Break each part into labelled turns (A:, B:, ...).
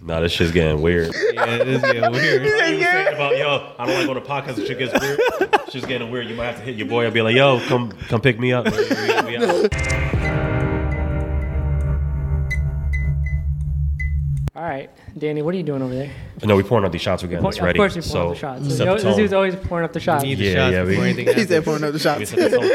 A: Nah, this shit's getting weird.
B: Yeah, it is getting weird.
A: You
B: It's
A: was saying about yo, I don't like on the podcast. The shit gets weird. Shit's getting weird. You might have to hit your boy and be like, yo, come come pick me up. We- we- we out.
C: All right, Danny, what are you doing over there?
A: No, we pouring up these shots. We're getting this
C: of
A: ready.
C: course, you're pouring
A: so
C: up the shots.
A: set
C: Yo-
A: the
C: this dude's
A: tone.
C: always pouring up the shots.
B: Need the
A: Yeah,
B: shots
A: yeah, we-
B: before anything
D: He
B: happens.
D: said pouring up the
A: We
D: shots.
A: set the tone.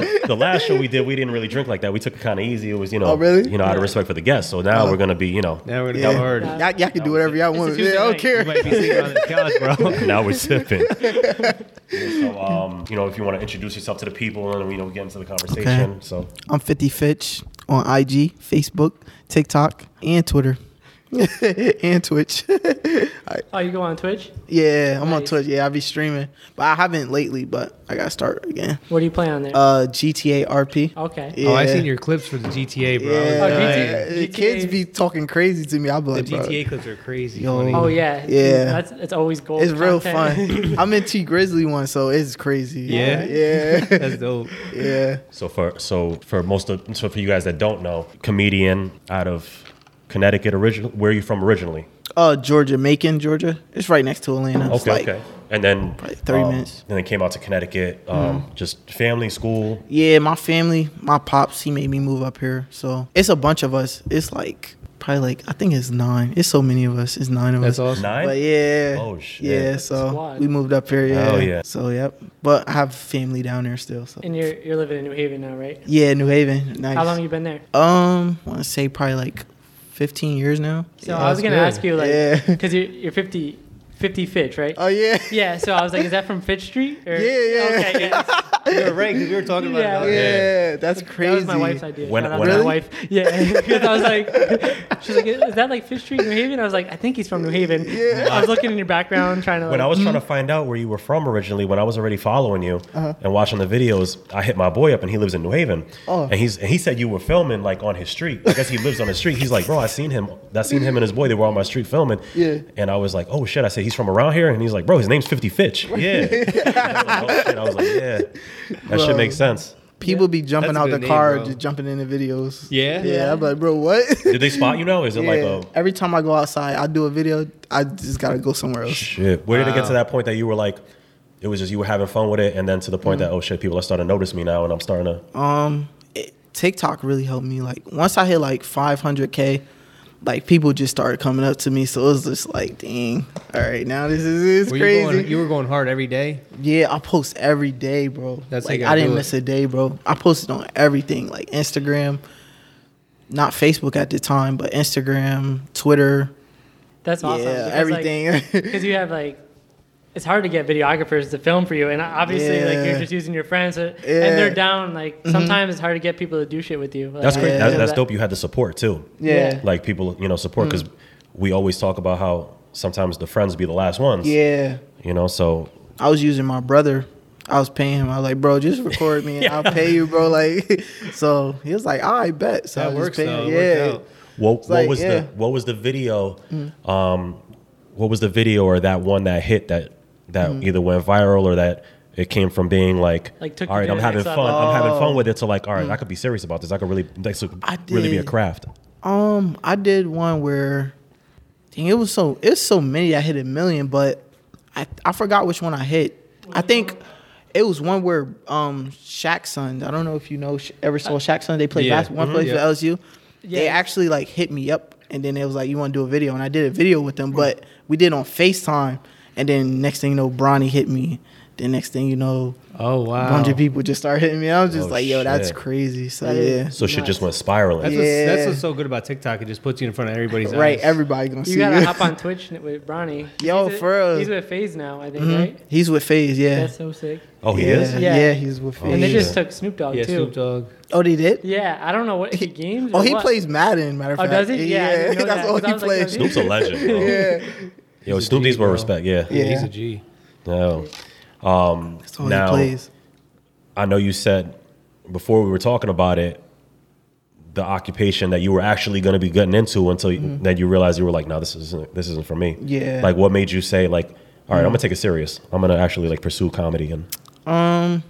A: The, the last show we did, we didn't really drink like that. We took it kind of easy. It was, you know,
D: Oh, really?
A: you know, out of respect for the guests. So
C: Uh-huh.
A: now we're gonna be, you know,
B: Now we're gonna
D: Yeah.
B: go hard.
D: Y'all, y'all can do whatever y'all want.
C: Tuesday
D: Yeah, I
C: night.
D: don't care.
B: You might be sleeping on this couch, bro.
A: now we're sipping. so, um, you know, if you want to introduce yourself to the people and you know, get into the conversation.
D: Okay.
A: So
D: I'm 50 Fitch on IG, Facebook, TikTok, and Twitter. and Twitch.
C: Oh, you go on Twitch?
D: yeah, I'm on
C: Nice.
D: Twitch. Yeah, I be streaming. But I haven't lately, but I gotta start again.
C: What do you play on there?
D: Uh GTA RP.
C: okay.
D: Yeah.
B: Oh, I seen your clips for the GTA, bro.
D: Yeah.
C: Oh,
B: Yeah.
C: GTA.
D: The kids be talking crazy to me. I be
B: The
D: like, bro,
B: GTA clips are crazy.
D: Yo.
B: funny.
C: Oh yeah.
D: Yeah.
C: That's it's always gold.
D: it's real
C: content.
D: fun. I'm in T Grizzly one, so it's crazy.
B: Yeah?
D: yeah,
B: That's dope.
D: yeah.
A: So for so for most of so for you guys that don't know, comedian out of Connecticut original. Where are you from originally?
D: Uh, Georgia, Macon, Georgia. It's Oh, right next to Atlanta. It's
A: Okay,
D: like-
A: okay. And then
D: probably 30
A: um,
D: minutes. Mm-hmm.
A: And then came out to Connecticut. Um, Just family, school.
D: Yeah, my family, my pops, he made me move up here. So it's a bunch of us. It's like probably like I think it's nine. It's so many of us. It's nine of
B: That's
D: us.
B: awesome.
A: Nine.
D: But yeah.
A: Oh, shit.
D: Yeah, so
C: Squad.
D: we moved up here. Yeah.
A: Hell yeah.
D: So yep. But I have family down there still. So
C: And you're you're living in New Haven now, right?
D: yeah, New Haven. Nice.
C: How long you been there?
D: um, I want to say probably like 15 years now.
C: So I was
B: that's
C: gonna
B: good.
C: ask you like,
D: Yeah.
C: because you're you're 50, 50 Fitch, right?
D: Oh yeah.
C: yeah. So I was like, is that from Fitch Street? Or?
D: Yeah, yeah.
C: Okay, yeah.
B: You're right, 'cause we were talking
C: Yeah.
B: about it.
D: Yeah,
B: earlier.
D: that's crazy.
C: That was my wife's idea.
A: When-
C: Shout out
A: when
C: to
A: I-
C: my wife. Yeah, because I was like, she's like, is that like Fitch Street, New Haven? I was like, I think he's from New Haven. Yeah. I was looking in your background trying to. Like,
A: When I was
D: Mm-hmm.
A: trying to find out where you were from originally, when I was already following you
D: Uh-huh.
A: and watching the videos, I hit my boy up and he lives in New Haven.
D: Oh.
A: And he's and he said you were filming like on his street. I guess he lives on his street. He's like, bro, I seen him. I seen him and his boy. They were on my street filming.
D: Yeah.
A: And I was like, oh shit. I said he's from around here, and he's like, bro, his name's Fifty Fitch. Yeah. I, was like, "Oh, shit." I was like, yeah, that
D: Bro.
A: shit makes sense.
D: People be jumping
B: That's a
D: out the
B: good name,
D: car,
B: bro.
D: just jumping in the videos.
B: Yeah?
D: Yeah, I'm like, bro, what?
A: Did they spot you now? Is it like
D: Yeah.
A: oh
D: Every time I go outside, I do a video. I just gotta go somewhere else.
A: shit? Where did it get
B: Wow.
D: Uh.
A: to that point that you were like, it was just you were having fun with it, and then to the point
D: Mm-hmm.
A: that oh shit, people are starting to notice me now, and I'm starting to
D: Um, it, TikTok really helped me. Like once I hit like 500k, like people just started coming up to me. So it was just like, dang, all right, now this is it's
B: Were
D: crazy.
B: You, going, you were going hard every day.
D: yeah, I post every day, bro.
B: That's how
D: like
B: you
D: I
B: gotta
D: didn't
B: do it.
D: miss a day, bro. I posted on everything, like Instagram, not Facebook at the time, but Instagram, Twitter,
C: That's awesome.
D: yeah,
C: because, like,
D: everything.
C: because you have like it's hard to get videographers to film for you and obviously like you're
D: Yeah.
C: just using your friends uh,
D: Yeah. Mm-hmm.
C: and they're down like sometimes it's hard to get people to do shit with you Like,
A: That's
C: I
A: great.
D: Yeah.
A: That's,
C: know
A: that's
C: that.
A: dope. You had the support too.
D: yeah. Mm.
A: Like people, you know, support because we always talk about how sometimes the friends be the last ones.
D: yeah.
A: You know, so
D: I was using my brother. I was paying him. I was like, bro, just record me and I'll pay you, bro. Like, so he was like, all right, bet. So I
B: That
D: just
B: works
D: paid
B: though.
D: him.
B: It worked out.
A: what, what
D: like,
A: was
D: yeah. Mm.
A: the what was the video? Um, what was the video or that one that hit that that
D: Mm.
A: either went viral or that it came from being like,
C: Like, took
A: all
C: you
A: right,
C: to
A: I'm
C: the
A: having
C: next
A: fun.
C: level.
A: I'm having
D: Oh.
A: fun with it. So like, all
D: Mm.
A: right, I could be serious about this. I could really this could
D: I
A: really be a
D: did.
A: craft.
D: Um, I did one where, dang, it was so it's so many. I hit a million, but I I forgot which one I hit. I think it was one where um Shaq's son. I don't know if you know ever saw Shaq's son. They played
B: Yeah.
D: basketball. One
B: Mhm.
D: place
B: Yeah.
D: for LSU. They
C: Uh, Yeah.
D: actually like hit me up, and then it was like, "You want to do a video?" And I did a video with them, but we did on Facetime. And then next thing you know, Bronny hit me. The next thing you know,
B: Oh
D: a
B: wow.
D: bunch of people just started hitting me. I was just
A: Oh,
D: like, "Yo, that's
A: shit.
D: crazy." So
C: That
D: yeah,
C: is-
A: So shit just
C: Nuts.
A: went spiraling.
B: That's, what's, that's
D: Yeah.
B: what's so good about TikTok. It just puts you in front of everybody's
D: right,
B: eyes.
D: everybody gonna see
C: you gotta
D: you.
C: hop on Twitch n- with Bronny.
D: Yo,
C: he's
D: for
C: with,
D: real.
C: He's with Phase now, I think, right?
D: Mm-hmm. He's with FaZe, yeah.
C: That's so sick.
A: oh, he
D: yeah.
A: is.
C: Yeah.
D: Yeah. he's with FaZe.
A: Oh,
C: and they
A: yeah.
C: just took Snoop Dogg
B: Yeah,
C: too.
B: Snoop Dogg.
D: oh, they did?
C: Yeah, I don't know what he games.
D: Oh,
C: or
D: he
C: what.
D: plays Madden, matter of
C: Oh,
D: fact.
C: does he? Yeah, I didn't know
D: that's
C: that,
D: all
C: 'cause I
D: he
C: was like, yo,
D: plays.
C: dude.
A: Snoop's a legend. Bro.
D: yeah.
A: Yo,
B: He's a
A: Snoop
B: G,
A: needs more
B: bro.
A: respect. Yeah.
D: Yeah.
B: He's a G.
A: No. Um,
D: That's all
A: now,
D: he plays.
A: I know you said before we were talking about it, the occupation that you were actually going to be getting into until you, then you realized you were like, no, this isn't this isn't for me.
D: Mm-hmm. Yeah. Mm.
A: Like, what made you say like, all right, I'm gonna take it serious. I'm gonna actually like pursue comedy and
D: Um,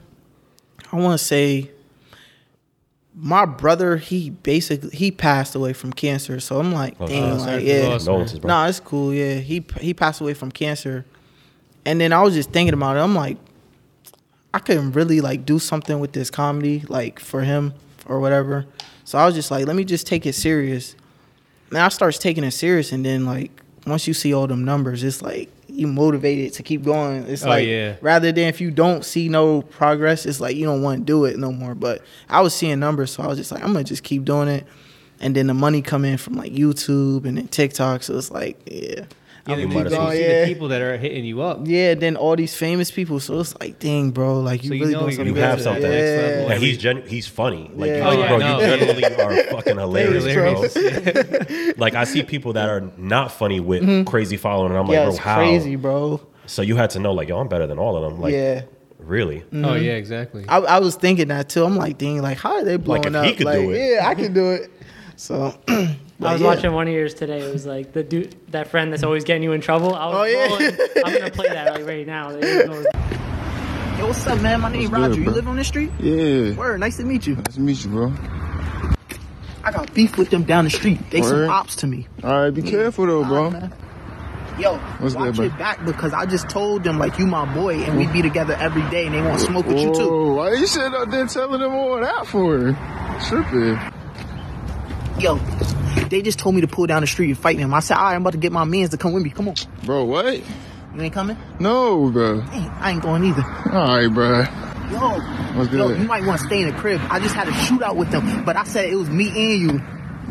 D: I want to say my brother, he basically he passed away from cancer. So I'm like,
A: Oh, shit.
D: damn, like,
B: Sorry for the
D: yeah,
B: loss,
A: Condolences, bro.
D: Nah, it's cool. Yeah, he he passed away from cancer, and then I was just thinking about it. I'm like, I couldn't really like do something with this comedy, like for him or whatever. So I was just like, let me just take it serious. And I starts taking it serious, and then like once you see all them numbers, it's like you motivated to keep going. It's
B: Oh,
D: like
B: yeah.
D: rather than if you don't see no progress, it's like you don't want to do it no more. But I was seeing numbers, so I was just like, I'm gonna just keep doing it. And then the money come in from like YouTube and then TikTok, so it's like, yeah,
B: Yeah,
A: You
B: you
A: might
B: keep
A: as
B: going,
A: well.
B: see
D: Yeah.
B: the people that are hitting you up.
D: yeah. Then all these famous people, so it's like, dang, bro, like you
B: So you
D: really
B: know
D: doing
B: you're
D: something.
A: You have
D: good.
A: something.
D: Yeah.
A: And he's genu- he's funny. Like,
D: Yeah.
A: you-
C: Oh, yeah,
A: bro,
B: no,
A: you
B: yeah.
A: generally are fucking hilarious,
B: Hilarious.
A: bro. like, I see people that are not funny with crazy following, and I'm like,
D: Mm-hmm. yeah,
A: bro,
D: it's
A: how?
D: crazy, bro.
A: So you had to know, like, yo, I'm better than all of them. Like,
D: yeah.
A: really?
B: Oh yeah, exactly.
D: Mm-hmm. I, I was thinking that too. I'm like, dang, like how are they blowing
A: if
D: up?
A: he could do
D: like,
A: it.
D: yeah, I can do it. So I
C: I was watching one of yours today. It was like the dude, that friend that's always getting you in trouble. I was
D: Oh, yeah.
C: rolling. I'm gonna play that like right now. There you go.
D: Yo, what's up, man? My name
E: What's Roger. good, You bro? live
D: on this street?
E: Yeah.
D: Word, nice to meet you.
E: Nice to meet you, bro.
D: I got beef with them down the street. They
E: Word.
D: ops to me.
E: All right, be careful though, bro.
D: Yo,
E: What's
D: watch
E: good, bro?
D: your back because I just told them like you my boy and we be together every day and they want to smoke with you too.
E: Whoa, why you sitting out there telling them all that for? Tripping.
D: Yo, they just told me to pull down the street and fight them. I said, all right, I'm about to get my mans to come with me. Come on,
E: Bro, what?
D: you ain't coming?
E: No, bro.
D: Dang, I ain't going either.
E: All right, bro.
D: Yo,
E: What's
D: yo,
E: good?
D: you might want to stay in the crib. I just had a shootout with them, but I said it was me and you.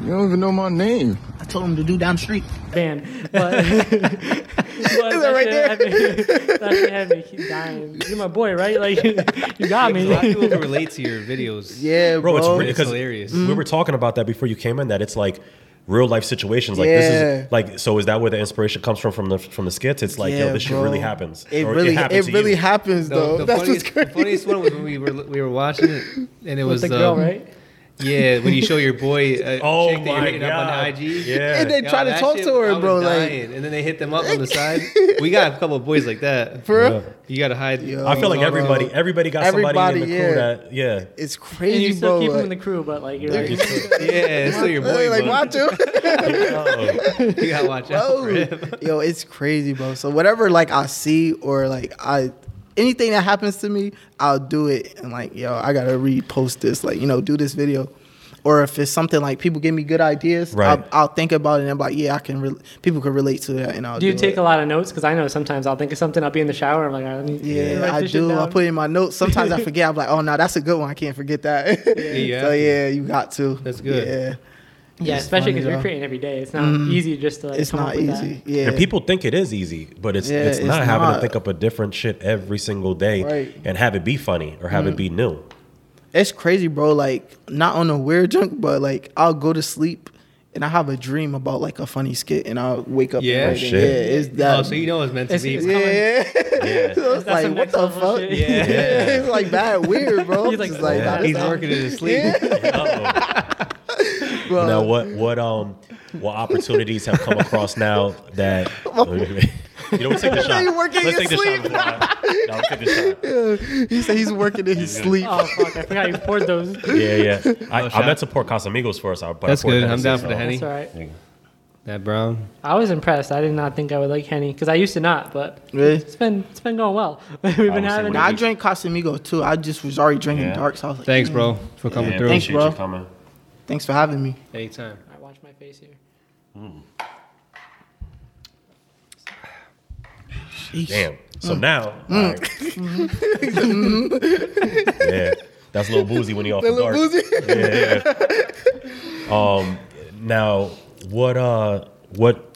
E: You don't even know my name.
D: I told him to do down the street.
C: band. But, Is that
D: right there?
C: there? That shit had me keep dying. You're my boy, right? Like you got
B: a lot of
C: me.
B: people can relate to your videos.
D: Yeah,
A: Bro, it's really
B: it's
A: because
B: hilarious.
A: We
D: Mm-hmm.
A: were talking about that before you came in. That it's like real life situations. Like this
D: Yeah.
A: is like so. Is that where the inspiration comes from from the from the skits? It's like yo, this shit really happens.
D: It
A: Or
D: really,
A: happened
D: it,
A: to
D: really
A: you.
D: happens
B: The-
D: though.
B: the
D: That's what's
B: funniest,
D: crazy.
B: The funniest one was when we were we were watching it, and it was
C: the girl,
B: um,
C: right?
B: Yeah, when you show your boy. A
A: Oh
B: chick that you're
A: my
B: hitting up on
A: god!
B: IG.
A: Yeah.
D: And they- try to
B: that
D: talk to her,
B: I was
D: bro, like-
B: dying. and then they hit them up on the side. We got a couple of boys like that.
D: For real?
A: Yeah.
B: You gotta hide.
A: I feel like
B: Bro.
A: everybody, everybody got somebody in the crew
D: Everybody, yeah.
A: that, yeah.
D: It's
C: And you
D: crazy,
C: still
D: bro.
C: keep him in the
D: like-
C: crew, but like you're like,
B: Yeah, it's still your boy.
D: like
B: bro.
D: my too.
B: You gotta watch out for
D: Yo,
B: him.
D: Oh, yo, it's crazy, bro. So whatever, like I see or like I, anything that happens to me, I'll do it. And like, yo, I gotta repost this. Like, you know, do this video. Or if it's something like people give me good ideas,
A: Right.
D: I'll, I'll think about it and I'm like, yeah, I can. Re- people can relate to that, and I'll
C: do you
D: do
C: take
D: it.
C: a lot of notes? Because I know sometimes I'll think of something. I'll be in the shower. I'm like, I need
D: Yeah,
C: write
D: I
C: this shit
D: do. I
C: down.
D: put it in my notes. Sometimes I forget. I'm like, oh no, that's a good one. I can't forget that.
B: you have
D: so
B: to.
D: yeah, you got to.
B: That's good.
D: Yeah,
C: yeah,
D: It's
C: especially
D: funny,
C: because you're
D: though.
C: creating every day. It's not easy just to like.
D: Mm-hmm. it's
C: come
D: not
C: up with that.
D: easy. Yeah,
A: And people think it is easy, but it's
D: Yeah,
A: it's,
D: it's
A: not having to
D: not.
A: think up a different shit every single day
D: Right. Mm.
A: and have it be funny or have it be new.
D: it's crazy, bro. Like not on a weird junk, but like I'll go to sleep and I have a dream about like a funny skit, and I'll wake up.
B: Yeah.
D: and
B: Oh,
D: write it.
A: shit.
D: yeah, it's that.
B: Oh, so you know it's meant to
C: It's-
B: be.
C: it's
B: bro.
C: coming.
D: yeah,
A: Yeah.
D: so it's
C: That's
D: like
C: some
D: what
C: next
D: the
C: level
D: fuck?
C: shit.
D: Yeah. it's like bad weird, bro.
C: He's like,
D: It's like,
C: "Oh,
D: nah,
B: He's
D: that's
B: working in his sleep.
D: not- bro.
A: Now what what um what opportunities have come across now that
D: Oh.
A: you know we take the shot.
D: you working in
A: Let's
D: your
A: take the
D: sleep.
A: shot. before I- No, let's take the shot.
D: He said he's working in his sleep.
C: Oh fuck! I forgot you poured those.
A: Yeah, yeah. I, I
B: Oh, shot.
A: meant to pour Casamigos uh, first. I- But
B: That's
A: I poured
B: good. I'm
A: Hennessy,
B: down for the
A: so-
B: Henny.
C: That's all right.
B: That brown.
C: I was impressed. I did not think I would like Henny because I used to not, but
D: Really?
C: it's been it's been going well. We've been
A: would say
C: having
A: what
D: Nah, I drank Casamigo too. I just was already drinking
A: Yeah.
D: dark, so I was like,
B: Thanks,
D: "Mm,
B: bro, for coming
A: Yeah,
B: through.
D: Thanks,
A: appreciate
D: bro.
A: you coming.
D: Thanks for having me.
B: Anytime.
C: I watch my face here.
A: Damn. So
D: Mm.
A: now, all right.
D: Mm-hmm.
A: yeah, that's a little boozy when he off the, dark. Um, Now, what uh, what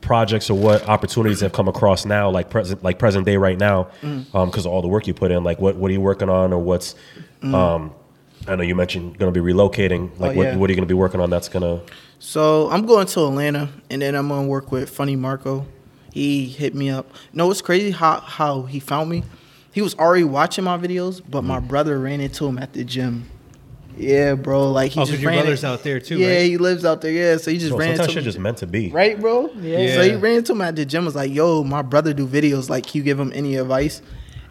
A: projects or what opportunities have come across now, like present, like present day right now,
D: Mm.
A: because of all the work you put in? Like, what what are you working on, or what's um, I know you mentioned going to be relocating. Like,
D: Mm.
A: what,
D: Oh, yeah.
A: what are you going to be working on? That's gonna
D: So I'm going to Atlanta, and then I'm gonna work with Funny Marco. He hit me up. No, it's crazy how how he found me. He was already watching my videos, but my
A: Mm.
D: brother ran into him at the gym. Yeah, bro. Like he
B: Oh,
D: just
B: 'cause your
D: ran
B: brother's
D: in-
B: out there too,
D: Yeah,
B: right?
D: he lives out there. Yeah, so he just
A: no,
D: ran
A: sometimes
D: into
A: shit just meant to be.
D: right, bro.
C: Yeah.
D: So he
B: Yeah.
D: ran into him at the gym. Was like, "Yo, my brother do videos. Like, can you give him any advice?"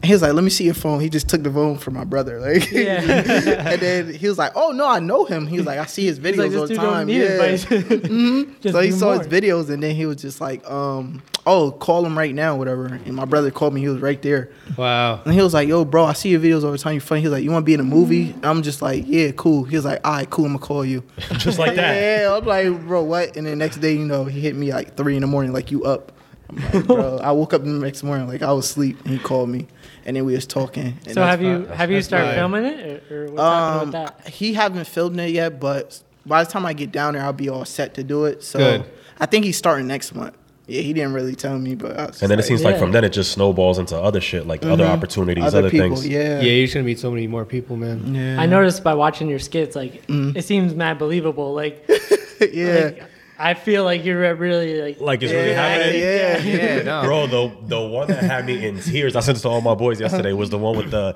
D: And he was like, "Let me see your phone." He just took the phone from my brother, like,
C: Yeah.
D: and then he was like, "Oh no, I know him." He was like, "I see his videos
C: He's like,
D: all
C: this dude
D: the
C: don't
D: time."
C: need
D: Yeah. Mm-hmm.
C: advice. Just
D: so he
C: do
D: saw
C: more.
D: his videos and then he was just like, um, "Oh, call him right now, whatever." And my brother called me. He was right there.
B: Wow.
D: And he was like, "Yo, bro, I see your videos all the time. You funny." He was like, "You want to be in a movie?" And I'm just like, "Yeah, cool." He was like, "All right, cool. I'm gonna call you."
A: Just like that.
D: Yeah, I'm like, "Bro, what?" And the next day, you know, he hit me like three in the morning, like, "You up?" I'm like, "Bro," I woke up the next morning, like I was asleep, and he called me, and then we was talking. And
C: So
D: that's
C: have you have you started
B: fine.
C: filming it, or, or what's
D: um,
C: happening with that?
D: he haven't filmed it yet, but by the time I get down there, I'll be all set to do it. So
B: Good.
D: I think he's starting next month. Yeah, he didn't really tell me, but I was
A: And then it
D: just like,
A: seems like from
C: Yeah.
A: then it just snowballs into other shit, like other opportunities, other,
D: Mm-hmm. people,
A: things.
B: Yeah,
D: Yeah.
B: you're just gonna meet so many more people, man.
D: yeah, Mm-hmm.
C: I noticed by watching your skits, like it seems mad believable. Like,
D: yeah,
C: like, I feel like you're really like
A: Like it's really happening.
D: yeah, yeah.
B: Yeah, no.
A: Bro, the the one that had me in tears, I sent this to all my boys
D: Uh-huh.
A: yesterday, was the one with the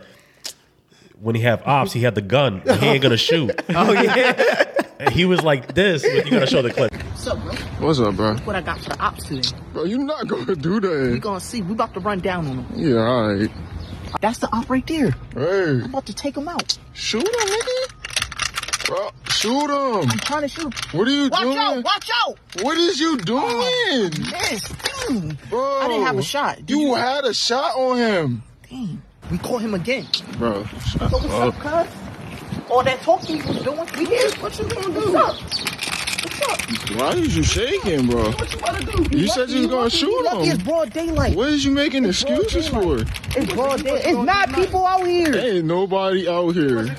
A: when he have ops, he had the gun. He ain't gonna shoot.
B: Oh yeah.
A: And he was like this, but you gotta show the clip.
F: So, bro,
E: What's up, bro?
F: what I got for the ops today?
E: Bro, you not gonna do
F: We
E: that.
F: gonna see. We about to run down on them.
E: Yeah, alright.
F: That's the op right there.
E: Hey,
F: I'm about to take them out.
E: shoot him, nigga. Bro, shoot him.
F: I'm trying to shoot.
E: What are you
F: Watch
E: doing?
F: out! Watch out!
E: What is you doing?
F: Yes. Dang.
E: Bro.
F: I didn't have a shot. Did
E: You
F: you?
E: had a shot on him.
F: Dang. We caught him again.
E: Bro,
F: So Oh, what's up, cuz? All that talking you was doing, we here. What you gonna do? What's up? What's up?
E: why is you shaking, bro?
F: What you wanna do?
E: You said you was gonna
F: lucky,
E: shoot
F: lucky.
E: him.
F: It's broad daylight.
E: What is you making
F: broad
E: excuses for?
F: daylight. It's broad daylight. It's not people out here.
E: Ain't nobody out here.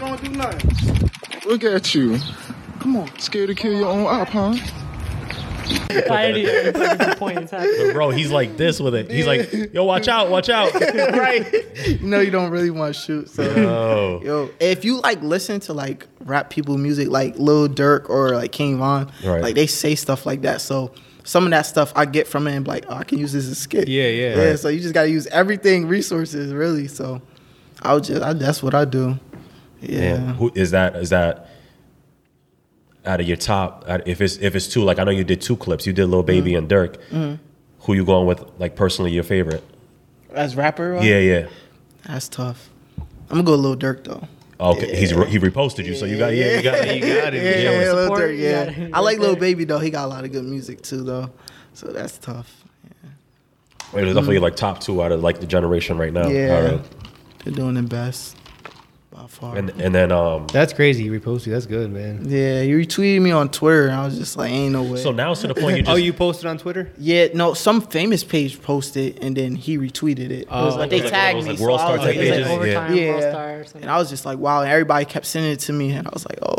E: Look at you.
F: Come on.
E: Scared to kill your own op, huh?
C: I already it's like a good point. It's happening.
A: But bro, he's like this with it. He's like, yo, watch out, watch out.
D: You know, you don't really want to shoot. So,
A: Oh.
D: yo, if you like listen to like rap people music, like Lil Durk or like King Von,
A: Right.
D: like they say stuff like that. So. Some of that stuff I get from it and be like, oh, I can use this as a skit.
B: Yeah, yeah.
D: Yeah,
B: Right.
D: so you just gotta use everything resources, really. So I would just I, that's what I do. Yeah.
A: Damn. Who is that? Is that out of your top? out- If it's if it's two, like I know you did two clips. You did Lil
D: Mm.
A: Baby and Dirk. Who you going with? Like personally, your favorite?
D: As rapper, right?
A: Yeah, yeah.
D: That's tough. I'm gonna go Lil Durk though.
A: Oh, Okay, he's re- he reposted you, so you got yeah, you got
B: You got it.
C: Yeah,
B: man.
C: yeah.
D: Lil
C: support,
D: Durk,
C: you
D: yeah.
C: gotta-
D: I like Lil
C: okay.
D: Baby though. He got a lot of good music too though. So that's tough.
A: It was definitely like top two out of like the generation right now.
D: Yeah.
A: All right.
D: They're doing the best by far.
A: And and then um
B: That's crazy. You reposted. That's good, man.
D: yeah, you retweeted me on Twitter and I was just like, ain't no way.
A: so now it's to the point you just
B: Oh, you posted on Twitter?
D: yeah, no, some famous page posted and then he retweeted it. it was
B: Oh,
D: like they
A: like one of
D: tagged
A: those,
D: me.
A: like,
D: so
A: World
D: I
A: Star
D: was
A: type
D: like,
C: It's like
A: pages, yeah.
C: overtime
D: Yeah.
C: all star or something.
D: and I was just like, wow, and everybody kept sending it to me and I was like, oh,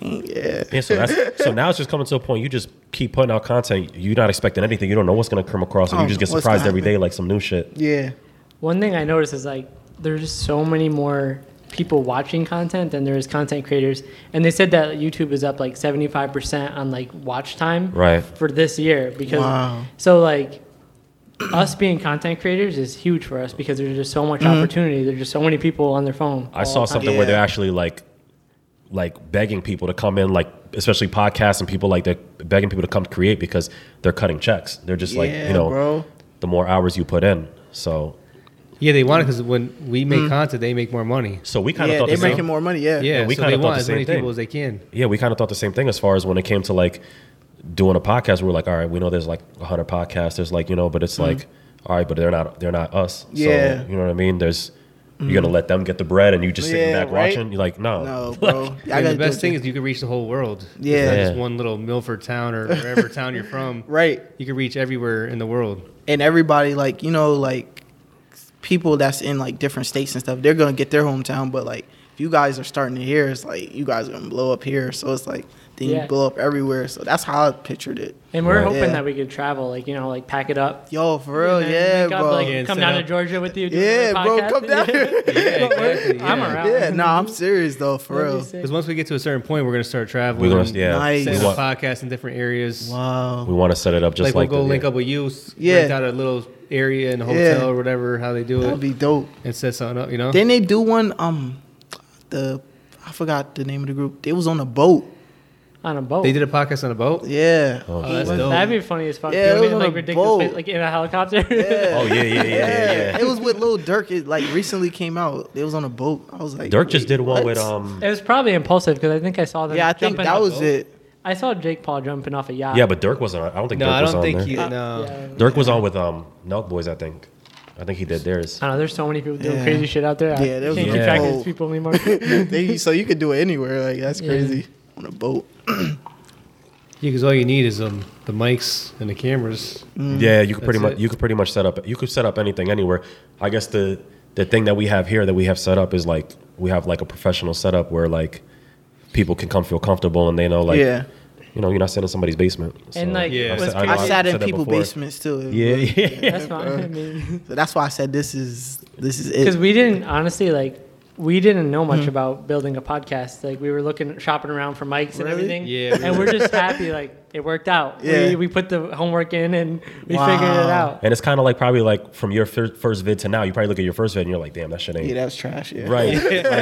D: dang, yeah.
A: yeah, so that's so now it's just coming to a point you just keep putting out content. You're not expecting anything. You don't know what's gonna come across, and
D: I
A: you
D: don't
A: just get
D: know Oh, what's
A: surprised
D: gonna
A: every
D: happen.
A: day like some new shit.
D: Yeah.
C: One thing I noticed is like there's so many more people watching content than there is content creators, and they said that YouTube is up like 75 percent on like watch time
A: Right.
C: for this year because
D: Wow.
C: so like us being content creators is huge for us because there's just so much
D: Mm-hmm.
C: opportunity. There's just so many people on their phone.
A: I
D: Oh,
A: saw something where they're actually like like begging people to come in, like especially podcasts and people like they're begging people to come create because they're cutting checks. They're just like
D: Yeah,
A: you know
D: bro.
A: the more hours you put in. So
B: Yeah, they want it because when we make content, they make more money.
A: so we kind of
D: Mm. Yeah,
A: thought
D: they're
A: the same.
D: making more money. Yeah.
B: Yeah,
A: we
B: so
A: kinda
B: they
A: thought
B: want
A: the
B: as
A: same
B: many
A: thing.
B: people as they can.
A: yeah, we kind of thought the same thing as far as when it came to like doing a podcast. We were like, all right, we know there's like 100 podcasts. There's like you know, but it's like all right, but they're not they're not us.
D: Hmm. Yeah. Hmm.
A: So, you know what I mean? There's you're gonna let them get the bread and you just sitting
D: Yeah,
A: back
D: right?
A: watching. You're like, no,
D: No, bro. Yeah,
B: And the best thing is you can reach the whole world. It's
D: Yeah.
B: not just
A: Yeah.
B: one little Milford town or wherever town you're from.
D: right,
B: You can reach everywhere in the world.
D: and everybody like you know like people that's in like different states and stuff, they're gonna get their hometown, but like if you guys are starting to hear, it's like you guys are gonna blow up here, so it's like then
C: Yeah.
D: you blow up everywhere. So that's how I pictured it.
C: and we're
A: Right.
C: hoping
D: Yeah.
C: that we could travel, like you know, like pack it up.
D: Yo, for real,
C: and
D: yeah,
C: then make up,
D: bro.
C: like,
B: Yeah,
C: come
B: set
C: down to
B: up.
C: Georgia with you. do
D: yeah,
C: the
D: bro,
C: podcast.
D: come down here.
B: Yeah, exactly.
C: I'm
B: yeah.
C: around.
D: yeah, no, I'm serious though, for
C: That'd be
D: real.
C: sick.
B: Because once we get to a certain point, we're gonna start
A: we're
B: traveling.
A: gonna yeah.
D: Nice.
A: We
B: Setting up
A: want,
B: podcasts in different areas.
D: Wow.
A: we want to set it up just
B: Like,
A: like,
B: we'll go
A: that,
B: link
A: yeah.
B: up with you. Yeah.
D: Yeah.
B: Rent out a little area in a hotel
D: Yeah.
B: or whatever. How they do
D: That'd
B: it
D: be dope.
B: and set something up. You know.
D: Then they do one um the I forgot the name of the group. They was on a boat.
C: on a boat.
B: They did a podcast on a boat.
D: Yeah.
A: Oh,
B: Oh, that's
A: shit.
B: dope.
C: That'd be funny as fuck.
D: Yeah, it
C: doing
D: was
C: it in,
D: on
C: like
D: a
C: ridiculous,
D: boat.
C: like in a helicopter.
A: oh yeah, yeah, yeah, yeah. yeah.
D: It was with Lil Durk. It like recently came out. It was on a boat. I was like,
A: Dirk just
D: wait,
A: did one
D: what?
A: with um.
C: It was probably impulsive because I think I saw them.
D: Yeah, I think
C: jumping
D: that
C: off-
D: was it.
C: I saw Jake Paul jumping off a yacht.
A: Yeah, but Dirk wasn't. on- I don't think
B: No,
A: Dirk
B: I
A: was
B: don't
A: on
B: think
A: there.
B: he. No.
C: Uh, Yeah.
A: Dirk was on with um Nelk Boys. I think. I think he did theirs.
C: I don't know. There's so many people doing
D: Yeah.
C: crazy shit out there. I
D: Yeah, there was
C: can't
A: a
C: keep track of
D: whole-
C: these people anymore.
D: They- so you could do it anywhere. Like that's
C: Yeah.
D: crazy on a boat.
B: because all you need is um the mics and the cameras.
A: Yeah, you could pretty much
B: That's it.
A: you could pretty much set up you could set up anything anywhere. I guess the the thing that we have here that we have set up is like we have like a professional setup where like people can come feel comfortable and they know like
D: Yeah.
A: you know you're not sitting in somebody's basement.
C: And, like,
B: Yeah.
A: I've said-
C: what's
A: know
C: I
D: I
A: I've
D: sat in
A: said that
D: people's
A: before.
D: basements too.
A: Yeah, yeah.
C: That's fine. I mean,
D: So that's why I said this is this is
C: because
D: it.
C: we didn't honestly like we didn't know
D: Hmm.
C: much about building a podcast. Like we were looking shopping around for mics and
D: Really?
C: everything.
B: Yeah, we
C: and we're just happy like it worked out.
D: Yeah.
C: We, we put the homework in and we
D: Wow.
C: figured it out.
A: And it's kind of like probably like from your fir- first vid to now, you probably look at your first vid and you're like, damn, that shit ain't
D: Yeah, that was trash. Yeah.
A: right.
C: And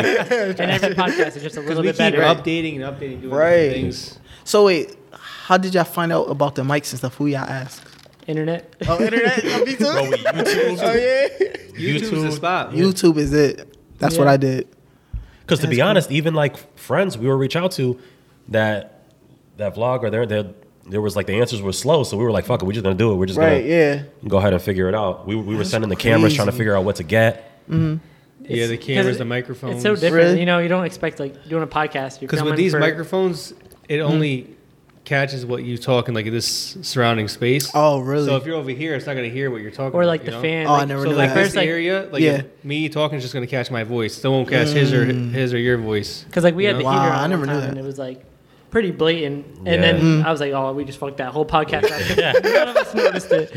C: every podcast is just a little
B: we
C: bit
B: keep
C: better.
B: updating and updating, doing
D: Right.
B: right. things.
D: So wait, how did y'all find out about the mics and stuff? Who y'all asked?
C: Internet.
D: Oh, internet. Oh, me too.
A: Bro, we YouTube.
D: Oh yeah.
B: YouTube's the spot.
D: YouTube is it. That's what
C: Yeah.
D: I did.
A: Because to be honest, even like friends we were reach out to that that vlog or there there there was like the answers were slow, so we were like, fuck it, we're just gonna do it. We're just gonna
D: Yeah.
A: go ahead and figure it out. We, we were sending the cameras trying to
D: crazy.
A: figure out what to get.
B: Yeah, the
C: It's- 'cause
B: cameras, the
C: it-
B: microphones.
C: It's so different.
D: Really?
C: You know, you don't expect like doing a podcast. You're
B: Because
C: filming
B: with these
C: for- Hmm?
B: microphones, it only catches what you talk in like this surrounding space.
D: Oh, really?
B: So if you're over here, it's not gonna hear what you're talking.
C: or like
B: about,
C: the
B: you know?
C: fan.
D: Oh, I
C: like,
D: never
B: So
D: knew
B: like
D: that.
B: this
C: First, like-
B: area, like
D: Yeah. Hmm.
B: me talking is just gonna catch my voice. It won't catch his or his or your voice.
C: Because like we had the
D: Wow,
C: heater
D: I
C: on
D: never
C: one
D: knew
C: time,
D: that.
C: and it was like pretty blatant. And
A: Yeah.
C: then I was like, "Oh, we just fucked that whole podcast up." None of us noticed it.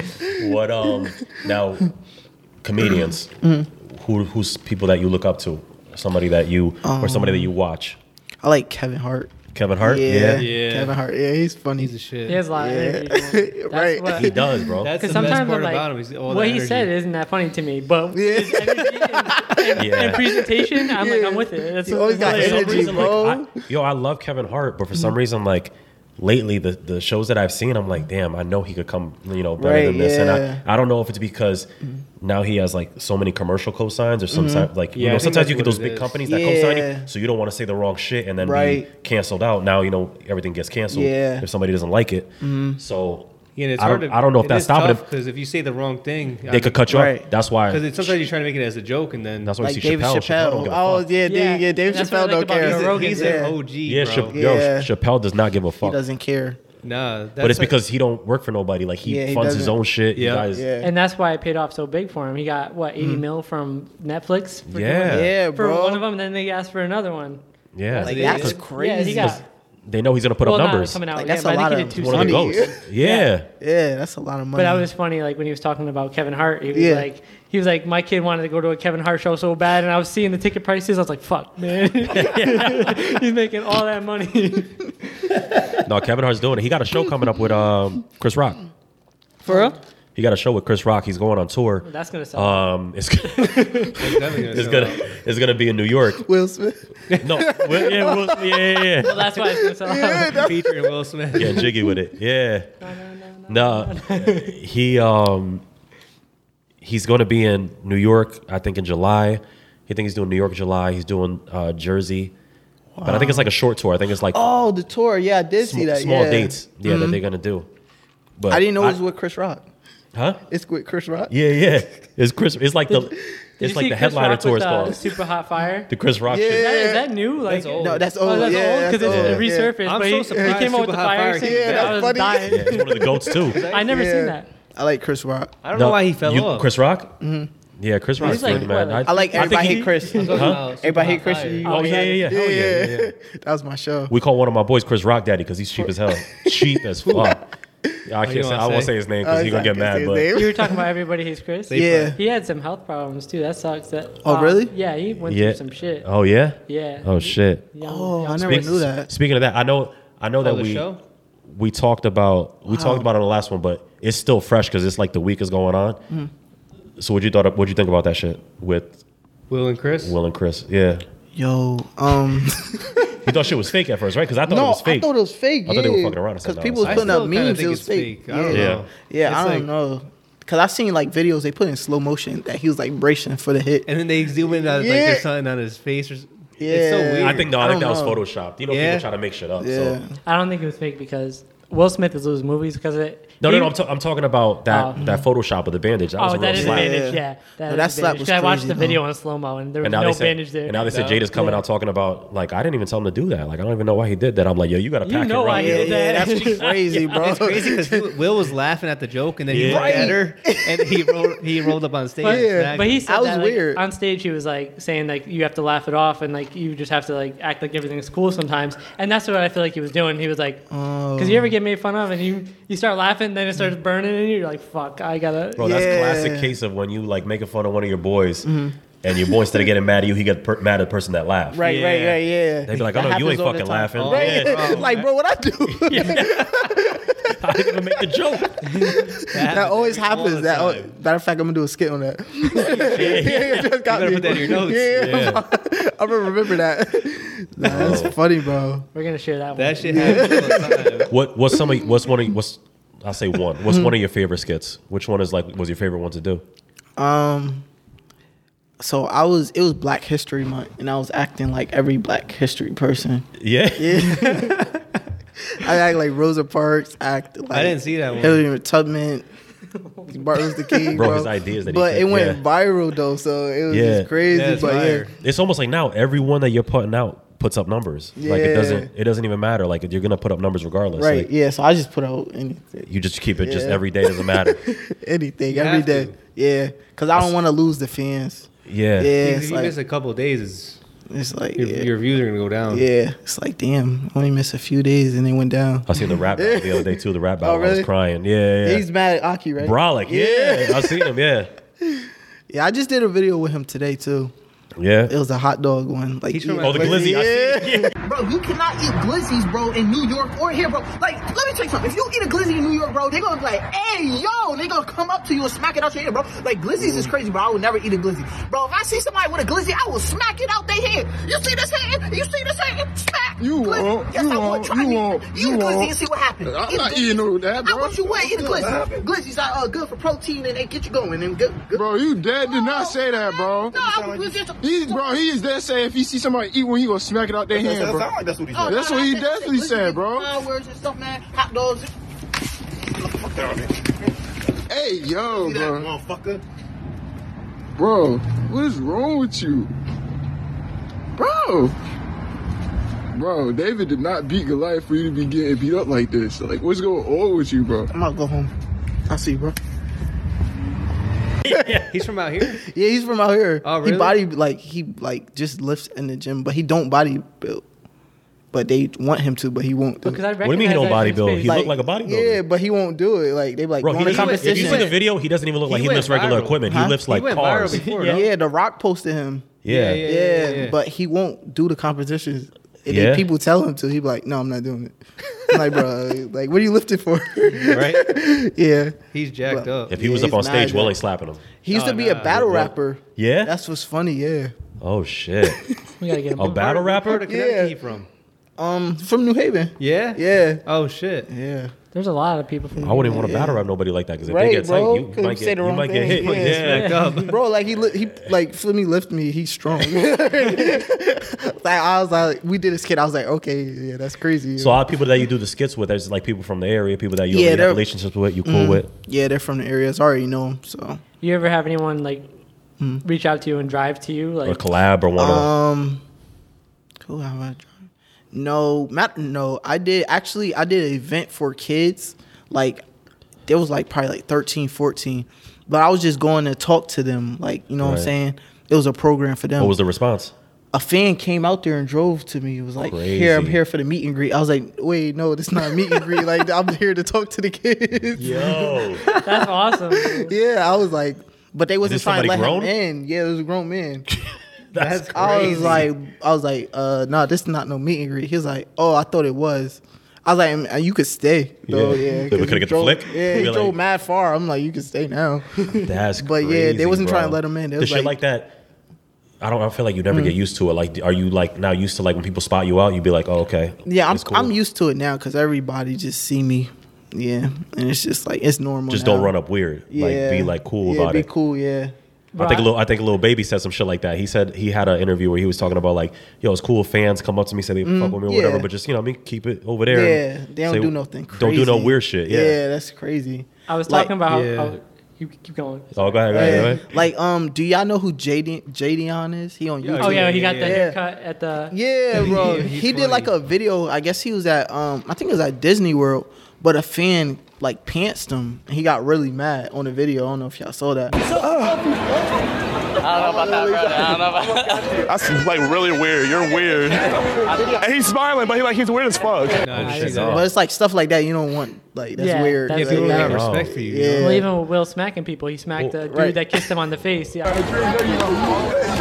A: What um now comedians
D: Mm-hmm.
A: who who's people that you look up to, somebody that you or somebody that you watch.
D: I like Kevin Hart.
A: Kevin Hart,
D: Oh. Yeah.
B: Yeah.
D: Kevin Hart. Yeah, he's funny.
B: He's a shit.
C: He has a lot of energy. to him. That's
D: Right.
C: What,
A: he does, bro.
B: That's the
C: Because
B: best
C: sometimes
B: part
C: I'm like,
B: about him. Is all
C: what
B: that
C: he
B: energy.
C: said isn't that funny to me, but his energy and, and,
A: Yeah.
C: and presentation, I'm like, I'm with it. That's
D: He always got
A: For some
D: energy,
A: reason, like,
D: bro.
A: I- yo, I love Kevin Hart, but for
B: Mm.
A: some reason, like lately, the, the shows that I've seen, I'm like, damn, I know he could come, you know, better
D: Right,
A: than this.
D: yeah.
A: And I, I don't know if it's because now he has like so many commercial cosigns, or sometimes like you
B: Mm-hmm. Yeah,
A: know,
B: I think
A: sometimes
B: that's
A: you get
B: what
A: those
B: it
A: big
B: is.
A: companies that
D: Yeah.
A: co-sign you, so you don't want to say the wrong shit and then be
D: Right.
A: canceled out. Now you know everything gets canceled
D: Yeah.
A: if somebody doesn't like it. So
B: Mm-hmm. Yeah, and it's
A: I don't,
B: hard to,
A: I don't know if
B: it
A: that's
B: is
A: stopping
B: tough
A: him.
B: because if you say the wrong thing,
A: They could cut you
D: Right.
A: off. That's why.
B: Because sometimes you're trying to make it as a joke, and then
A: That's why
D: like
A: you see
D: David
A: Chappelle. Chappelle don't
D: Chappelle.
A: give a
D: oh
A: fuck.
D: yeah,
C: Yeah,
D: David, yeah, David
C: that's what I
D: Chappell
C: like
D: don't
C: about
D: care.
C: Joe
B: he's, a,
C: Rogan.
B: he's an OG,
D: yeah.
A: Yeah,
B: bro.
A: Chap- yo,
D: Yeah.
A: Chappelle does not give a
D: He
A: fuck.
D: doesn't care.
B: Nah, that's
A: but it's
B: like-
A: because he don't work for nobody. Like he
D: Yeah, he
A: funds his
D: doesn't.
A: own shit.
B: Yeah.
A: Yeah,
D: Yeah.
C: And that's why it paid off so big for him. He got what
B: Mm.
C: 80 mil from Netflix for, doing
A: Yeah.
C: it.
D: yeah,
C: for
D: bro.
C: one of them, and then they asked for another one.
A: yeah.
D: Like
B: Yeah.
D: that's
B: Yeah, he
D: crazy.
C: Yeah, he got
A: they know he's gonna put
C: well,
A: up
C: not
A: numbers.
C: coming out.
D: Like,
C: yeah,
D: that's
C: but
D: a
C: I
D: lot
C: think he
D: of
C: did two
A: One of the
D: money.
A: ghosts. Yeah.
D: Yeah, that's a lot of
C: But
D: money.
C: that was funny, like when he was talking about Kevin Hart, he was
D: Yeah.
C: like, he was like, my kid wanted to go to a Kevin Hart show so bad, and I was seeing the ticket prices, I was like, fuck, man, he's making all that money.
A: No, Kevin Hart's doing it. He got a show coming up with um Chris Rock.
C: For real?
A: He got a show with Chris Rock. He's going on tour.
C: That's gonna
B: Uh,
C: sell.
A: Um, it's it's
B: He's definitely gonna sell
A: gonna
B: out.
A: it's gonna be in New York.
D: Will Smith.
A: No, well, yeah, we'll, yeah, yeah, yeah.
C: that's why it's gonna sell.
B: featuring Will Smith.
A: Getting jiggy with it. Yeah. No, he um he's going to be in New York. I think in July. He think he's doing New York, July. He's doing uh, Jersey, but I think it's like a short tour. I think it's like
D: Oh, the tour. Yeah, I did
A: sm-
D: see that.
A: small
D: yeah. Mm-hmm.
A: dates. Yeah, that they're gonna do. But
D: I didn't know it was with Chris Rock.
A: huh?
D: It's with Chris Rock.
A: Yeah, yeah. It's Chris. It's like the it's like the headliner tour
C: uh,
A: is called
C: Super Hot Fire.
A: the Chris Rock
D: Yeah.
A: shit.
C: That, is that new? Like,
B: That's old.
D: No, that's old.
C: Oh, that's
D: yeah,
C: old because
D: that's
C: it
D: old. Yeah.
C: resurfaced.
B: I'm
C: but
B: so
C: he,
B: surprised
C: he came out with
B: Super
C: the
B: Hot
C: fire.
B: Fire
C: thing,
B: came
C: but
D: back.
C: I was
D: Funny.
C: dying.
A: He's one of the goats too.
C: I never seen
D: Yeah.
C: that.
D: I like Chris Rock.
B: I don't know why he fell
A: you-
B: off.
A: Chris Rock. Mm-hmm. Yeah, Chris Rock's
C: like,
A: good,
C: what,
A: man.
C: like-
D: I like
A: think
D: everybody
A: he-
D: hate Chris.
B: Talking
A: Huh?
B: about Super
D: Everybody hate
B: Hot
D: Chris.
B: Fire.
D: You-
A: Oh yeah, yeah, yeah. Hell yeah, yeah, yeah.
D: that was my show.
A: We call one of my boys Chris Rock Daddy because he's cheap as hell. cheap as fuck.
D: Oh,
A: Yeah, I
B: you
A: can't say,
B: wanna
A: I won't
B: say?
A: say his name because
D: Uh,
A: he's gonna
D: I
A: get
D: can't
A: mad.
D: say
A: But
D: his
C: You
D: name.
C: were talking about everybody hates Chris.
B: They-
D: yeah,
C: He had some health problems too. That sucks. That, uh,
D: Oh, really?
C: Yeah, he went
A: yeah.
C: through some shit.
A: Oh yeah.
C: Yeah.
A: Oh shit.
C: Young-
D: Oh,
C: young
D: I never
A: Speak-
D: knew that.
A: Speaking of that, I know I
C: Oh,
A: know that
B: the
A: we
B: show?
A: we talked about we talked about it on the last one, but it's still fresh because it's like the week is going on.
D: Mm-hmm.
A: So what you thought? What you think about that shit with
B: Will and Chris.
A: Will and Chris? Yeah,
D: Yo, um,
A: you You thought shit was fake at first, right? Because I thought it
D: No,
A: was
D: I
A: fake.
D: thought it was fake.
A: I thought they were
D: yeah.
A: fucking around or something.
D: people was
A: I
D: putting
B: still
D: up
B: kinda
D: memes.
B: think
D: It was
B: it's
D: fake.
B: fake. I don't
D: yeah,
A: know.
D: yeah.
B: It's
D: I don't
B: like-
D: know because I've seen like videos they put in slow motion that he was like bracing for the hit.
B: And then they zoom in on like
D: Yeah.
B: there's something on his face. Or, s- It's so
D: Yeah.
B: weird.
A: I think no, I,
D: I
A: think that
D: don't
A: was
D: know.
A: photoshopped. You know,
B: Yeah.
A: people try to make shit up.
D: yeah,
A: So.
C: I don't think it was fake because Will Smith is losing movies because it.
A: No, no,
C: he-
A: no. I'm, ta- I'm talking about that
C: Oh.
A: that Photoshop of the bandage. That was
C: Oh,
A: a real
C: that is a
A: slap.
D: bad-
C: bandage.
D: Yeah.
C: Yeah,
D: No,
C: that
D: that
C: is a
D: slap
C: bandage.
D: was
C: 'Cause I watched the
D: crazy,
C: video
D: though.
C: in slow mo, and there was
A: And now
C: no
A: they said,
C: bandage there.
A: and now they said
B: No.
A: Jada's coming out talking about like I didn't even tell him to do that. Like I don't even know why he did that. I'm like, yo, you got to
C: You
A: pack it
C: know
A: right.
C: why he
D: yeah,
C: did
D: yeah,
C: that.
D: that's crazy, bro.
B: It's crazy because Will was laughing at the joke, and then he
A: Yeah.
B: looked at her, and he rolled, he rolled up on stage.
C: But,
B: Yeah.
C: but he said
D: That was
C: that, like,
D: weird.
C: on stage. He was like saying like you have to laugh it off and like you just have to like act like everything's cool sometimes. And that's what I feel like he was doing. He was like,
D: Oh.
C: because you ever get made fun of and you you start laughing, then it starts burning, and you're like, fuck, I gotta.
A: Bro, that's
D: Yeah.
A: classic case of when you like making fun of one of your boys, and your boy instead of getting mad at you, he got per- mad at the person that laughed.
D: Right, right,
B: Yeah.
D: right, yeah.
A: They'd be like,
D: That
A: "Oh no, you
D: happens
A: ain't
D: all the
A: fucking
D: time.
A: laughing."
B: Right.
A: Yeah.
B: Oh,
D: like, bro, what I do?
A: I didn't even make the joke.
D: that always
B: all the
D: happens. That al-
B: time.
D: matter of fact, I'm gonna do a skit on that. yeah, just
B: You
D: got
B: better
D: me.
B: put that in your notes.
D: Yeah,
A: Yeah.
D: I'm gonna remember that. Nah,
A: Oh.
D: That's funny, bro.
C: We're gonna share that,
B: that
C: one.
B: shit happens all the time.
A: What what's some of what's one of what's I'll say one. What's one of your favorite skits? Which one is like was your favorite one to do?
D: Um, so I was it was Black History Month, and I was acting like every Black History person.
A: Yeah.
D: I act like Rosa Parks. I act like
B: I didn't see that one.
D: Hillary Tubman. Martin Luther King,
A: Bro,
D: bro.
A: his ideas that he
D: but
A: picked,
D: it went
A: yeah.
D: viral though, so it was
A: Yeah.
D: just crazy.
B: Yeah, it's
D: but
B: fire.
D: yeah,
A: It's almost like now everyone that you're putting out puts up numbers. Like it
D: Yeah.
A: doesn't it doesn't even matter. Like you're gonna put up numbers regardless.
D: right,
A: Like,
D: yeah. So I just put out anything.
A: You just keep it just
D: Yeah.
A: every day doesn't matter.
D: anything
B: You
D: every
B: have
D: day.
B: to.
D: Yeah, because I don't want to lose the fans.
A: Yeah.
D: Yeah,
B: If
D: it's
B: you
D: like
B: miss a couple of days, it's,
D: it's like
B: your,
D: yeah.
B: your views are gonna go down.
D: yeah, it's like damn. I only missed a few days and they went down.
A: I seen the rap battle the other day too. The rap battle, I was
D: Oh, really?
A: crying. Oh, Yeah, yeah.
D: He's mad at Aki, right?
A: Brolic, yeah. I seen him, yeah.
D: Yeah, I just did a video with him today too. It
A: Yeah.
D: was a hot dog one. Like
B: He's from
D: yeah.
A: Oh, the glizzy. I seen it. Yeah.
F: Bro, you cannot eat glizzies, bro, in New York or here, bro. Like, let me tell you something. If you eat a glizzy in New York, bro, they gonna be like, hey, yo, they gonna come up to you and smack it out your head, bro. Like, glizzies is crazy, bro. I would never eat a glizzy. Bro, if I see somebody with a glizzy, I will smack it out their head. You see this hand? You see this hand? Smack.
E: You
F: Glizzy.
E: won't.
F: Yes,
E: You
F: I would.
E: won't.
F: Try
E: You
F: me.
E: won't.
F: Eat
E: You
F: a glizzy
E: won't.
F: and see what happens.
E: I'm
F: Eat a
E: not
F: glizzy.
E: eating all that,
F: I
E: bro.
F: want you to eat a
E: What's gonna
F: glizzy.
E: happen?
F: Glizzies are uh, good for protein and they get you going and good. good.
E: Bro, you dad did not say that, bro.
F: No, I was just.
E: He, bro, he is there saying if he see somebody eat one, he gonna smack it out their hand, bro.
G: that's what he
F: Oh,
E: That's
F: no,
E: what he
F: I said-
E: definitely
F: listen,
E: said, bro.
F: Flowers and stuff, man. Hot dogs.
E: Hey, yo, bro.
G: motherfucker.
E: Bro, what is wrong with you? Bro. Bro, David did not beat Goliath for you to be getting beat up like this. Like, what's going on with you, bro?
D: I'm gonna go home. I'll see you, bro.
B: He's from out here.
D: Yeah, he's from out here.
B: Oh,
D: He
B: really?
D: body like he like just lifts in the gym, but he don't body build. But they want him to, but he won't.
A: Oh,
D: Do
C: Because
D: it.
C: I
A: do you mean he
C: recognize
A: don't
C: that
A: body
C: from
A: build?
C: space.
A: He looked like a bodybuilder.
D: Yeah, but he won't do it. Like they be like
A: Bro, he
D: going to
A: doesn't- if you
D: competition.
A: see the video, he doesn't even look like he,
B: went
A: lifts regular
B: viral.
A: equipment.
D: Huh?
A: He lifts
B: He
A: like
B: went
A: cars.
B: viral before.
D: yeah.
B: no?
D: the Rock posted him.
A: Yeah.
B: Yeah,
D: Yeah,
B: yeah.
D: but he won't do the competitions. And
A: Yeah.
D: then people tell him to. He be like, no, I'm not doing it. I'm like, bro, like what are you lifting for?
B: Right?
D: yeah,
B: He's jacked up.
A: If he was
D: Yeah,
A: up on
D: he's
A: stage,
D: mad,
A: Will
D: yeah.
A: ain't slapping him.
D: he used
B: Oh,
D: to be
B: nah.
D: a battle
B: Well,
D: rapper.
A: yeah?
D: that's what's funny. Yeah,
A: Oh shit!
C: We gotta get him.
A: A battle
B: Where
A: rapper?
B: the Connecticut
D: Yeah.
B: he from?
D: um, from New Haven.
B: Yeah.
D: Yeah,
B: Oh shit.
D: yeah.
C: There's a lot of people from.
A: I wouldn't want to battle rap nobody like that because if
D: Right,
A: they get tight,
D: bro,
A: you
D: 'cause
A: might
D: you
A: get
D: say the
A: you
D: wrong
A: might get hit.
D: thing.
A: Yeah.
B: Jacked up.
D: Bro, like uh, he li- he like Flemmy lift me. He's strong. like I was like, we did this kid. I was like, okay, yeah, that's crazy.
A: So all the people that you do the skits with, there's like people from the area, people that you
D: Yeah,
A: already have
D: they're- Mm.
A: relationships with, you cool with.
D: yeah, they're from the areas. I already know them. So
C: You ever have anyone like
D: Hmm.
C: reach out to you and drive to you?
A: or
C: Like,
A: collab or one of
D: um, who am I? drawing? No, not no. I did actually. I did an event for kids. Like there was like probably like 13, 14. but I was just going to talk to them. Like you know what
A: Right.
D: I'm saying. It was a program for them.
A: what was the response?
D: a fan came out there and drove to me. It was like, here, I'm
A: Crazy.
D: here for the meet and greet. I was like, wait, no, this not a meet and greet. Like, I'm here to talk to the kids. Yeah,
A: Yo,
C: that's awesome.
D: I was like, but they wasn't
A: this
D: trying to let
A: somebody
D: him in. Yeah, it was a grown man.
A: that's
D: I was like, I was like, uh, nah, this is not no meet and greet. He was like, oh, I thought it was. I was like, "Mm, you could stay. Though,
A: Yeah. But
D: yeah.
A: we
D: 'cause
A: couldn't get
D: he
A: the
D: drove-
A: flick?
D: Yeah,
A: We
D: he
A: like-
D: drove mad far. I'm like, you can stay now.
A: that's
D: But yeah, they
A: crazy,
D: wasn't
A: bro.
D: trying to let him in. They
A: The
D: was
A: shit
D: like- Mm.
A: like that. I don't. I feel like you never get used to it. Like, are you like now used to like when people spot you out, you be like, oh okay.
D: Yeah, I'm
A: it's cool.
D: I'm used to it now because everybody just see me. Yeah, and it's just like it's normal.
A: Just
D: now.
A: don't run up weird. Like, be like cool
D: yeah,
A: about
D: be
A: it.
D: cool. Yeah,
A: I think
C: Right.
A: a little. I think a little baby said some shit like that. He said he had an interview where he was talking about like, yo, it's cool. Fans come up to me, say they fuck with me, or whatever.
D: Mm, yeah.
A: But just you know, what I mean, keep it over there.
D: yeah.
A: and
D: They don't
A: say-
D: do nothing. Crazy.
A: Don't do no weird shit. Yeah.
D: that's crazy.
C: I was
D: Like-
C: talking about how,
B: Yeah.
C: how you keep going.
A: Oh, go ahead. Go ahead, go
D: Yeah.
A: ahead.
D: Like, um, do y'all know who Jaden Jadion is? He on YouTube.
C: Oh yeah, he got
B: Yeah.
C: the haircut at the.
D: Yeah, bro.
B: he's
D: he did like a
B: funny.
D: video. I guess he was at um I think it was at Disney World, but a fan like pantsed him. and He got really mad on the video. I don't know if y'all saw that.
G: That's like really weird. You're weird. And he's smiling, but he like he's weird as fuck.
B: Nah,
A: Oh,
B: I
A: shit,
B: see
A: no.
B: that.
D: But it's like stuff like that you don't want. Like that's
C: Yeah,
D: weird.
C: that's
B: Yeah,
D: Like,
B: people
C: weird.
B: have
D: nah,
B: respect for you. you
D: Yeah.
B: know?
C: Well, even with Will smacking people, he smacked a dude
D: right.
C: that kissed him on the face. Yeah. I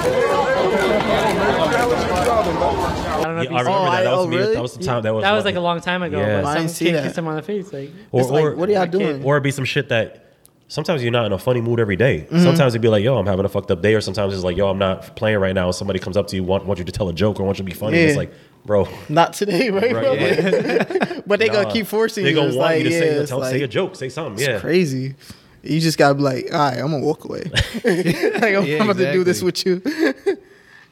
C: don't know if
A: Yeah,
C: you
A: I
C: saw.
A: remember
D: Oh,
A: that. That
D: I-
A: was
D: oh,
A: me.
D: really?
A: That was the time. That was
C: That was
A: like-
C: like a long time ago.
A: Yeah.
C: But
D: I
C: some
D: didn't see
C: kid
D: that.
C: kissed him on the face. Like,
A: or,
D: It's like,
A: or,
D: what are y'all doing?
A: or it'd be some shit that sometimes you're not in a funny mood every day.
D: Mm-hmm.
A: Sometimes it'd be like, yo, I'm having a fucked up day, or sometimes it's like, yo, I'm not playing right now. And somebody comes up to you, want, want you to tell a joke or want you to be funny.
D: Yeah.
A: It's like, bro,
D: Not today, right? bro? but they
A: nah.
D: gonna keep forcing
A: They
D: you.
A: gonna
D: It's
A: want
D: like,
A: you to
D: yeah,
A: say,
D: it's
A: tell,
D: like,
A: say a joke, say something.
D: it's
A: Yeah,
D: crazy. You just gotta be like, all right, I'm gonna walk away. like I'm,
B: Yeah,
D: about to do this
B: exactly.
D: with you.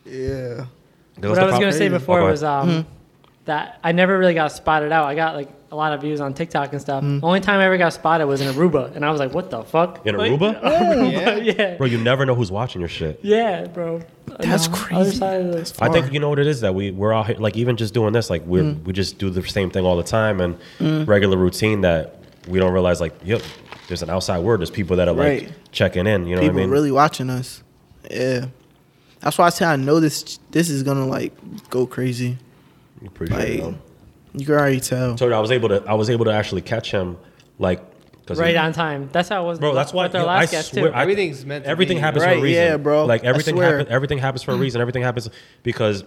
D: yeah.
A: That's
C: what
A: the
C: I was
A: problem.
C: gonna say before
A: Oh, go
C: was
A: ahead.
C: um,
D: Mm-hmm.
C: that I never really got spotted out. I got like a lot of views on TikTok and stuff.
D: Mm.
C: The only time I ever got spotted was in Aruba, and I was like, "What the fuck?"
A: in
C: Like,
A: Aruba,
C: yeah,
A: bro, you never know who's watching your shit.
C: yeah, bro.
D: That's
C: Other
D: crazy.
C: side of the-
A: I think you know what it is that we we're out here like even just doing this like we are
D: Mm.
A: we just do the same thing all the time and regular routine that we don't realize like yep there's an outside world there's people that are like
D: Right.
A: checking in you know
D: people
A: what I mean
D: really watching us. Yeah, that's why I say I know this. This is gonna like go crazy.
A: Appreciate it,
D: Like,
A: though.
D: you can already tell.
A: So I was able to I was able to actually catch him like cause
C: right
A: he-
C: on time. That's how it was.
A: Bro,
C: with-
A: that's why
C: with our
A: yo,
C: last
A: I
C: guest
A: swear,
C: too.
A: I-
B: Everything's meant to
A: everything
B: be.
A: happens for
D: Right,
A: a reason.
D: yeah, bro.
A: Like
D: I
A: everything
D: swear.
A: happens. Everything happens for a reason. Everything happens because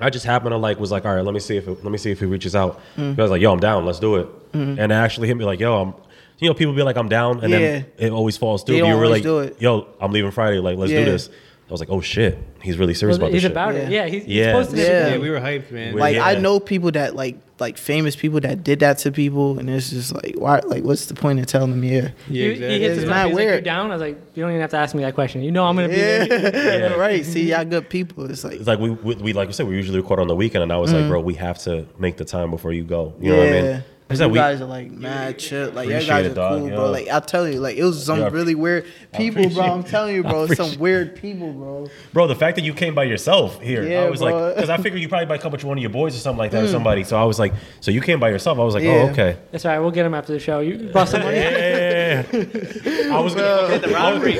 A: I just happened to like was like, all right, let me see if it, let me see if he reaches out. I was like, yo, I'm down. Let's do it. And it actually hit me like, yo, I'm. You know, people be like, I'm down, and then it always falls through.
D: They
A: But you
D: don't
A: were
D: always
A: like,
D: do it.
A: yo, I'm leaving Friday. Like, let's
D: Yeah.
A: do this. I was like, oh shit, he's really serious
C: Well,
A: about
C: he's
A: this.
C: about
A: shit.
C: it. Yeah, he's, he's
A: Yeah.
C: posting it.
D: Yeah.
B: Yeah, we were hyped, man.
A: Wait,
D: Like I
A: yeah.
D: know people that like like famous people that did that to people, and it's just like why? Like what's the point of telling them? Yeah,
B: yeah,
C: He-
B: exactly.
C: He hits his
D: It's
C: mouth.
D: not
C: He's like,
D: weird.
C: "You down? I was like, you don't even have to ask me that question. You know I'm gonna be there.
D: yeah. right. See, y'all good people. It's like
A: It's like we, we, we like I said, we usually record on the weekend, and I was like, bro, we have to make the time before you go. You know what I
D: Mm. Yeah.
A: mean? It's like
D: you
A: we-
D: guys are like mad chill. Like you
A: Appreciate
D: guys
A: it,
D: are
A: dog,
D: cool,
A: yo.
D: bro. Like I tell you, like it was some
A: Yo, I-
D: really weird people, bro.
A: appreciate-
D: I'm telling you,
A: I
D: bro. Some
A: appreciate-
D: weird people, bro.
A: Bro, the fact that you came by yourself here, I
D: Yeah,
A: was
D: bro. Mm.
A: like, because I figured you probably might come with one of your boys or something like that, or somebody. So I was like, so you came by yourself. I was like,
D: Yeah.
A: oh, okay.
C: That's all right. We'll get him after the show. You bust him.
A: Yeah. I was gonna the robbery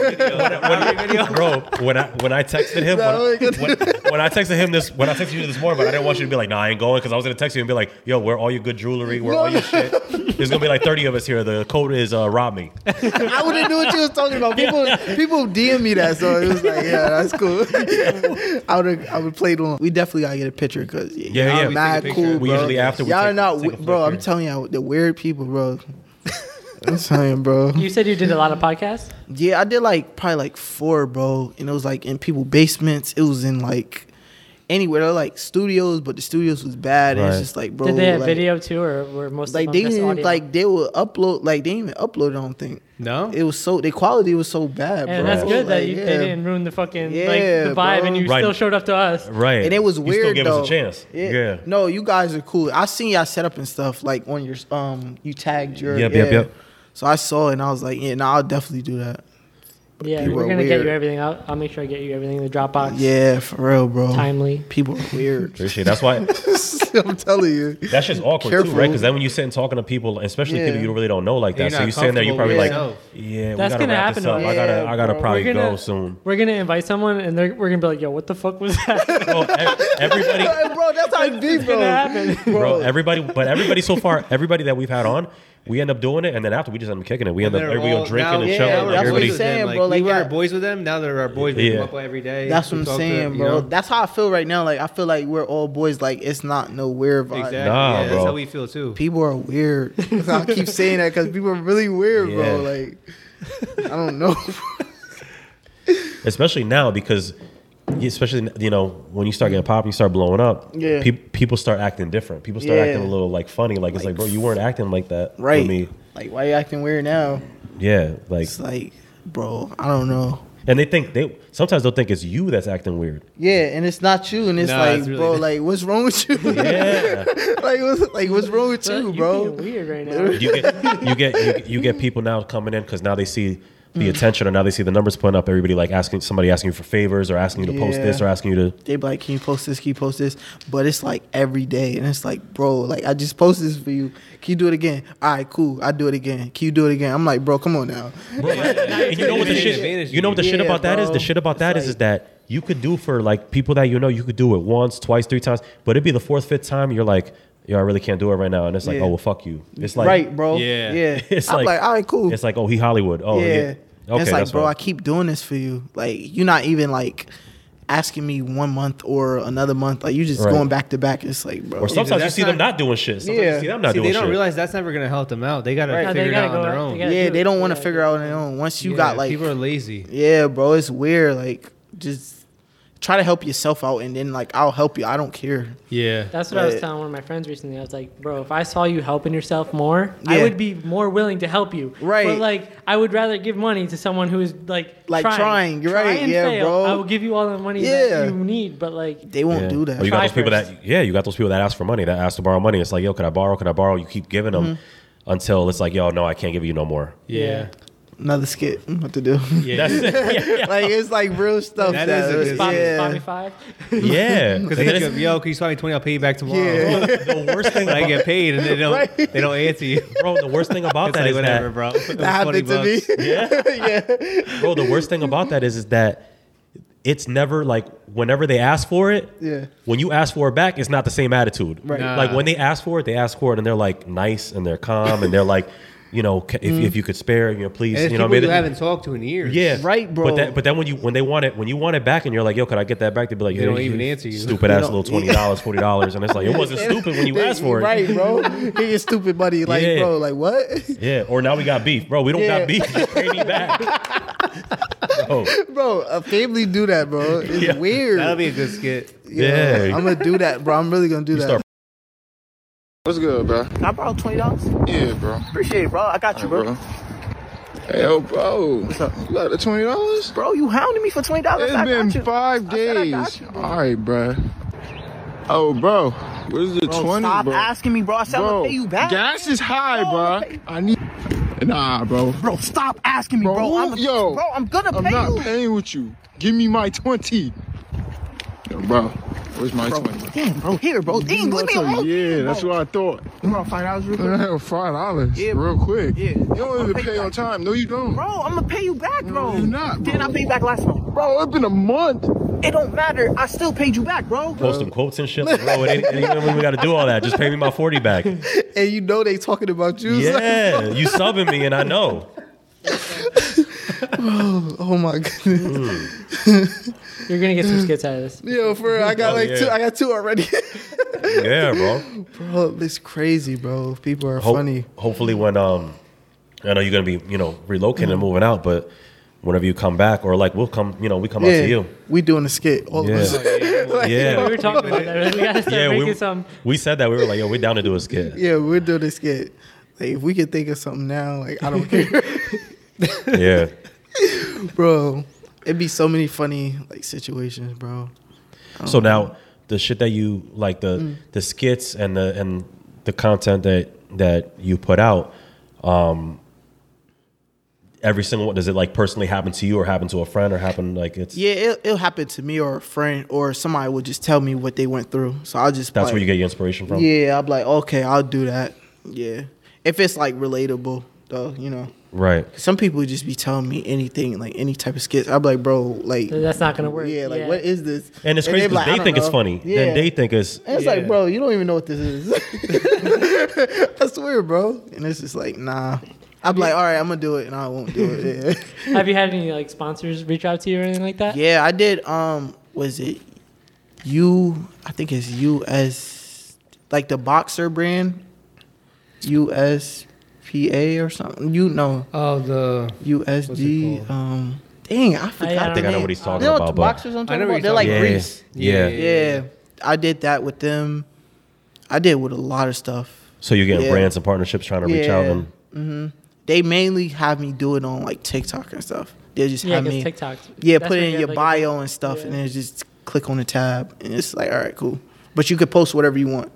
A: video. Bro, when I when I texted him,
D: Nah,
A: when,
D: look.
A: when, when I texted him this, when I texted you this morning, but I didn't want you to be like, nah, I ain't going, because I was gonna text you and be like, yo, where all your good jewelry, where all your shit. There's gonna be like 30 of us here. The code is uh, rob me.
D: I wouldn't knew what you was talking about. People people DM me that, so it was like, yeah, that's cool. I would I would played on. We definitely gotta get a picture because
A: Yeah,
D: yeah,
A: yeah.
D: y'all
A: We
D: mad
B: take a
D: cool.
B: picture.
A: We
D: bro.
A: usually after we
D: y'all
A: take-
D: are not,
A: take a
D: wi- bro. I'm
A: flicker.
D: telling you, the weird people, bro. I'm saying, bro.
C: You said you did a lot of podcasts.
D: Yeah, I did like probably like four, bro. And it was like in people basements. It was in like anywhere. They're like studios, but the studios was bad. And it's
A: Right.
D: just like, bro,
C: Did they have
D: like,
C: video too, or were most
D: Like
C: of them
D: they
C: just
D: didn't even,
C: audio?
D: like they would upload like they didn't even upload. I don't think
B: No?
D: it was so the quality was so bad.
C: And
D: bro.
C: that's good that
D: Like,
C: you,
D: yeah.
C: they didn't ruin the fucking like
D: Yeah,
C: the vibe, and
D: bro.
C: you
A: Right.
C: still showed up to us.
A: Right.
D: And it was weird
A: You still gave
D: though.
A: us a chance. Yeah. yeah.
D: No, you guys are cool. I seen y'all set up and stuff like on your um you tagged your
A: Yep, yep,
D: yeah.
A: yep.
D: So I saw it and I was like, yeah, no, I'll definitely do that.
C: Yeah,
D: people
C: we're
D: are
C: gonna get
D: weird.
C: you everything. I'll, I'll make sure I get you everything in the Dropbox.
D: Yeah, for real, bro.
C: Timely.
D: People are weird.
A: Appreciate it. That's why
D: I'm telling you.
A: That shit's awkward too,
D: Careful.
A: right? Because then when you sit and talking to people, especially
D: Yeah.
A: people you really don't know like that,
B: And
A: so
B: you're
A: you
B: not
A: sitting there, you probably
B: comfortable
A: like,
B: with yourself.
A: yeah, we
C: That's
A: gotta
C: gonna
A: wrap this up.
C: happen to
A: I
C: us.
A: gotta, I gotta
D: Yeah,
A: probably
C: We're gonna-
A: go soon.
C: We're gonna invite someone, and they're, we're gonna be like, "Yo, what the fuck was that?"
A: Bro, ev- e-, everybody,
D: Hey, bro, that's how it be,
C: gonna
D: bro.
C: happen.
A: bro, everybody, but everybody so far, everybody that we've had on, we end up doing it, and then after we just end up kicking it. We end up,
B: They're
A: everybody
B: all-
A: go drinking
B: now-
A: and
D: yeah,
A: chilling.
D: that's
A: like,
D: what
A: everybody,
D: I'm saying,
B: like,
D: bro, like
B: we were
D: that-
B: boys with them. Now they're our boys. We
A: Yeah.
B: come up with every day.
D: That's
B: We
D: what I'm
B: talk to them,
D: saying,
B: you
D: bro.
B: know?
D: That's how I feel right now. Like I feel like we're all boys. Like it's not no weird vibe.
B: Exactly.
A: Nah,
B: yeah,
A: bro.
B: That's how we feel too.
D: People are weird. I keep saying that because people are really weird, bro.
A: Yeah.
D: Like I don't know.
A: especially now because especially you know when you start getting pop, you start blowing up.
D: Yeah.
A: pe- people start acting different. People start
D: Yeah.
A: acting a little like funny. Like, it's like, bro,
D: Like,
A: you weren't acting like that. with
D: Right.
A: me.
D: Like, why you acting weird now?
A: Yeah. Like,
D: It's like, bro, I don't know.
A: and they think they sometimes they'll think it's you that's acting weird.
D: Yeah, and it's not you, and it's
B: Nah,
D: like,
B: it's really
D: bro,
B: not.
D: like, what's wrong with you?
A: Yeah.
D: like, what's, like, what's wrong with
C: You
D: you, bro?
C: being weird right now.
A: you get you get you, you get people now coming in because now they see
D: Mm.
A: the attention or now they see the numbers putting up. Everybody like asking somebody asking you for favors or asking you to post this
D: Yeah.
A: or asking you to.
D: They be like, can you post this? Can you post this? But it's like every day, and it's like, bro, like I just posted this for you. Can you do it again? All right, cool. I do it again. Can you do it again? I'm like, bro, come on now.
A: And you know what the
B: Advantage,
A: shit
B: advantage
A: you know what the shit
D: Yeah,
A: about that is.
D: bro.
A: The shit about that is is that you could do for like people that you know you could do it once, twice, three times, but it'd be the fourth, fifth time you're like, yo, I really can't do it right now, and it's like,
D: Yeah.
A: oh well, fuck you. It's like
D: right, bro.
B: Yeah.
D: yeah.
A: It's
D: I'm
A: like,
D: like, all right, cool.
A: It's like oh he Hollywood. Oh
D: yeah.
A: yeah. Okay,
D: it's like,
A: that's
D: bro,
A: fine.
D: I keep doing this for you. Like, you're not even like asking me one month or another month. Like, you just
A: Right.
D: going back to back. It's like, bro,
A: Or sometimes you
B: that's
A: see them
B: not-
A: not doing shit. Sometimes
D: Yeah.
A: you see them not
B: See,
A: doing
B: they don't
A: shit.
B: realize that's never gonna help them out. They gotta
C: No, they
B: figure
C: gotta
B: it
C: go
B: out on their
C: out-
B: own.
C: they gotta-
D: yeah,
C: dude,
D: they don't want to
C: yeah,
D: figure out on their own. Once you
B: Yeah,
D: got like,
B: people are lazy.
D: yeah, bro, it's weird. Like, just try to help yourself out, and then like, I'll help you. I don't care.
B: Yeah,
C: That's what I was
D: Right.
C: telling one of my friends recently. I was like, bro, if I saw you helping yourself more, I
D: Yeah.
C: would be more willing to help you.
D: Right.
C: But like, I would rather give money to someone who is like,
D: Like, trying, you're right,
C: and
D: yeah, bro.
C: I will give you all the money
D: Yeah.
C: that you need, but like,
D: They won't
A: Yeah.
D: do that.
A: Or you got
C: Try
A: those people
C: first.
A: that yeah, you got those people that ask for money, that ask to borrow money. It's like yo, can I borrow? Can I borrow? You keep giving them
D: Mm-hmm.
A: until it's like yo, no, I can't give you no more.
B: yeah,
D: Another skit. Mm, What to do?
B: yeah.
D: like, it's like real stuff.
B: That is a good
C: Spot me-
D: yeah.
C: spot me five.
A: Yeah,
B: Because they hit you up, yo, can you swap me twenty? I'll pay you back tomorrow.
D: Yeah.
A: the worst thing,
B: I
A: about,
B: get paid, and they don't. They don't answer you. It's
A: bro. The worst thing about that
B: like
A: is
B: whatever,
A: that,
B: bro.
D: That happened to me.
A: bro. The worst thing about that is is that it's never like whenever they ask for it.
D: Yeah.
A: When you ask for it back, it's not the same attitude.
D: Right.
B: Nah.
A: Like when they ask for it, they ask for it, and they're like nice and they're calm and they're like, you know, "Ca- if, if you could spare, you know, please,
B: And it's
A: you know,
B: people
A: what I mean?
B: you haven't talked to in years.
A: Yeah,
D: Right, bro.
A: But, that, but then when you when they want it when you want it back and you're like, yo, could I get that back? They be like,
B: They
A: yo,
B: don't even answer you.
A: Stupid ass little twenty dollars, forty dollars, and it's like it wasn't stupid when you asked for it.
D: Right, bro. He is stupid, buddy. Like,
A: Yeah.
D: bro, like what?
A: Yeah. Or now we got beef, bro. We don't
D: Yeah.
A: got beef. Just pay me back. Bro,
D: bro, a family do that, bro. It's
A: Yeah.
D: weird.
B: that'll be a good skit.
A: yeah.
D: I'm gonna do that, bro. I'm really gonna do that.
A: start-
E: What's good, bro?
F: Can I borrow twenty dollars?
E: Yeah, bro.
F: Appreciate it, bro. I got you,
E: Bro. Hey, yo, bro. What's
F: up?
E: You got the twenty dollars?
F: Bro, you hounding me for twenty dollars?
E: It's been five
F: said I
E: days.
F: got you, bro.
E: All right, bro. Oh, bro. Where's the
F: Bro,
E: twenty,
F: stop
E: bro?
F: asking me, bro. I said I'm
E: bro,
F: gonna pay you back.
E: gas is high,
F: Bro, I'ma
E: bro.
F: pay you-
E: I need. Nah, bro.
F: Bro, stop asking me,
E: Bro,
F: bro.
E: who-
F: I'm
E: yo,
F: bro, I'm gonna
E: I'm
F: pay
E: not
F: you.
E: paying with you. Give me my twenty. Yo, bro. Where's my twenty?
F: Damn, bro, here, bro. Damn, leave me alone.
E: Yeah, that's what I thought.
F: You want five dollars real quick?
E: Five dollars,
F: Yeah.
E: real quick.
F: Yeah.
E: You don't even
F: Pay
E: pay
F: back.
E: on time. No, you don't.
F: Bro, I'm gonna pay you back, bro.
E: you're not, bro.
F: Didn't I pay you back last month?
E: Bro, it's been a month.
F: It don't matter. I still paid you back, bro.
A: Post them quotes and shit, like, bro. It ain't, it ain't even we got to do all that. Just pay me my forty back.
D: and you know they talking about you. It's like,
A: Yeah, you subbing me, and I know.
D: oh my goodness.
C: You're gonna get some skits out of this.
D: Yo, for real, I got
A: Oh,
D: like
A: yeah.
D: two. I got two already.
A: Yeah, bro.
D: bro, it's crazy, bro. People are
A: Ho-
D: funny.
A: Hopefully, when um, I know you're gonna be you know relocating and moving out, but whenever you come back, or like we'll come, you know, we come out to
D: Yeah,
A: you.
D: we doing a skit. All
A: Yeah.
D: of us. Like,
A: Yeah.
C: We were talking about that. We gotta start making
A: we,
C: some.
A: we said that we were like, yo, we're down to do a skit.
D: yeah, we're doing a skit. Like, if we could think of something now, like I don't care,
A: Yeah,
D: bro. It'd be so many funny like situations, bro.
A: So now the shit that you like the
D: Mm.
A: the skits and the and the content that that you put out, um, every single one does it like personally happen to you or happen to a friend or happen like it's
D: Yeah, it, it'll happen to me or a friend or somebody will just tell me what they went through. So I'll just
A: that's
D: like,
A: where you get your inspiration from.
D: Yeah, I'm like, okay, I'll do that. Yeah. If it's like relatable, though, you know.
A: Right.
D: Some people just be telling me anything, like any type of skits. I'm like, bro, like,
C: That's not gonna work.
D: yeah, like, what is this?
A: And it's
D: they
A: crazy
D: be
A: because
D: like,
A: they,
D: I don't
A: think it's
D: know.
A: funny.
D: Yeah.
A: Then they think it's
D: And it's like, bro, you don't even know what this is. I swear, bro. And it's just like, nah. I'm like, all right, I'm gonna do it, and I won't do it. Yeah,
C: Have you had any like sponsors reach out to you or anything like that?
D: yeah I did. Um, was it you? I think it's US, like the boxer brand, USPA or something. You know,
B: Oh, the
D: USD.
B: called?
D: Um, dang, I forgot.
C: I
D: the
C: think I know
D: name.
A: what he's talking
D: You know
A: about,
D: What the
A: but-
D: boxers I'm
B: I
D: talking
B: know what
D: about? They're
B: you're
D: like
A: yeah,
D: Greece.
A: yeah,
B: Yeah.
D: Yeah, Oh, I did that with them. I did with a lot of stuff.
A: So you're getting
D: Yeah.
A: brands and partnerships trying to reach out
D: Yeah.
A: and
D: They mainly have me do it on like TikTok and stuff. They just
C: Yeah,
D: have
C: 'cause
D: me
C: TikTok.
D: Yeah,
C: that's
D: put
C: where
D: it
C: you
D: in
C: have,
D: your
C: like, a-
D: bio and stuff, and then just click on the tab, and it's like, all right, cool. But you could post whatever you want.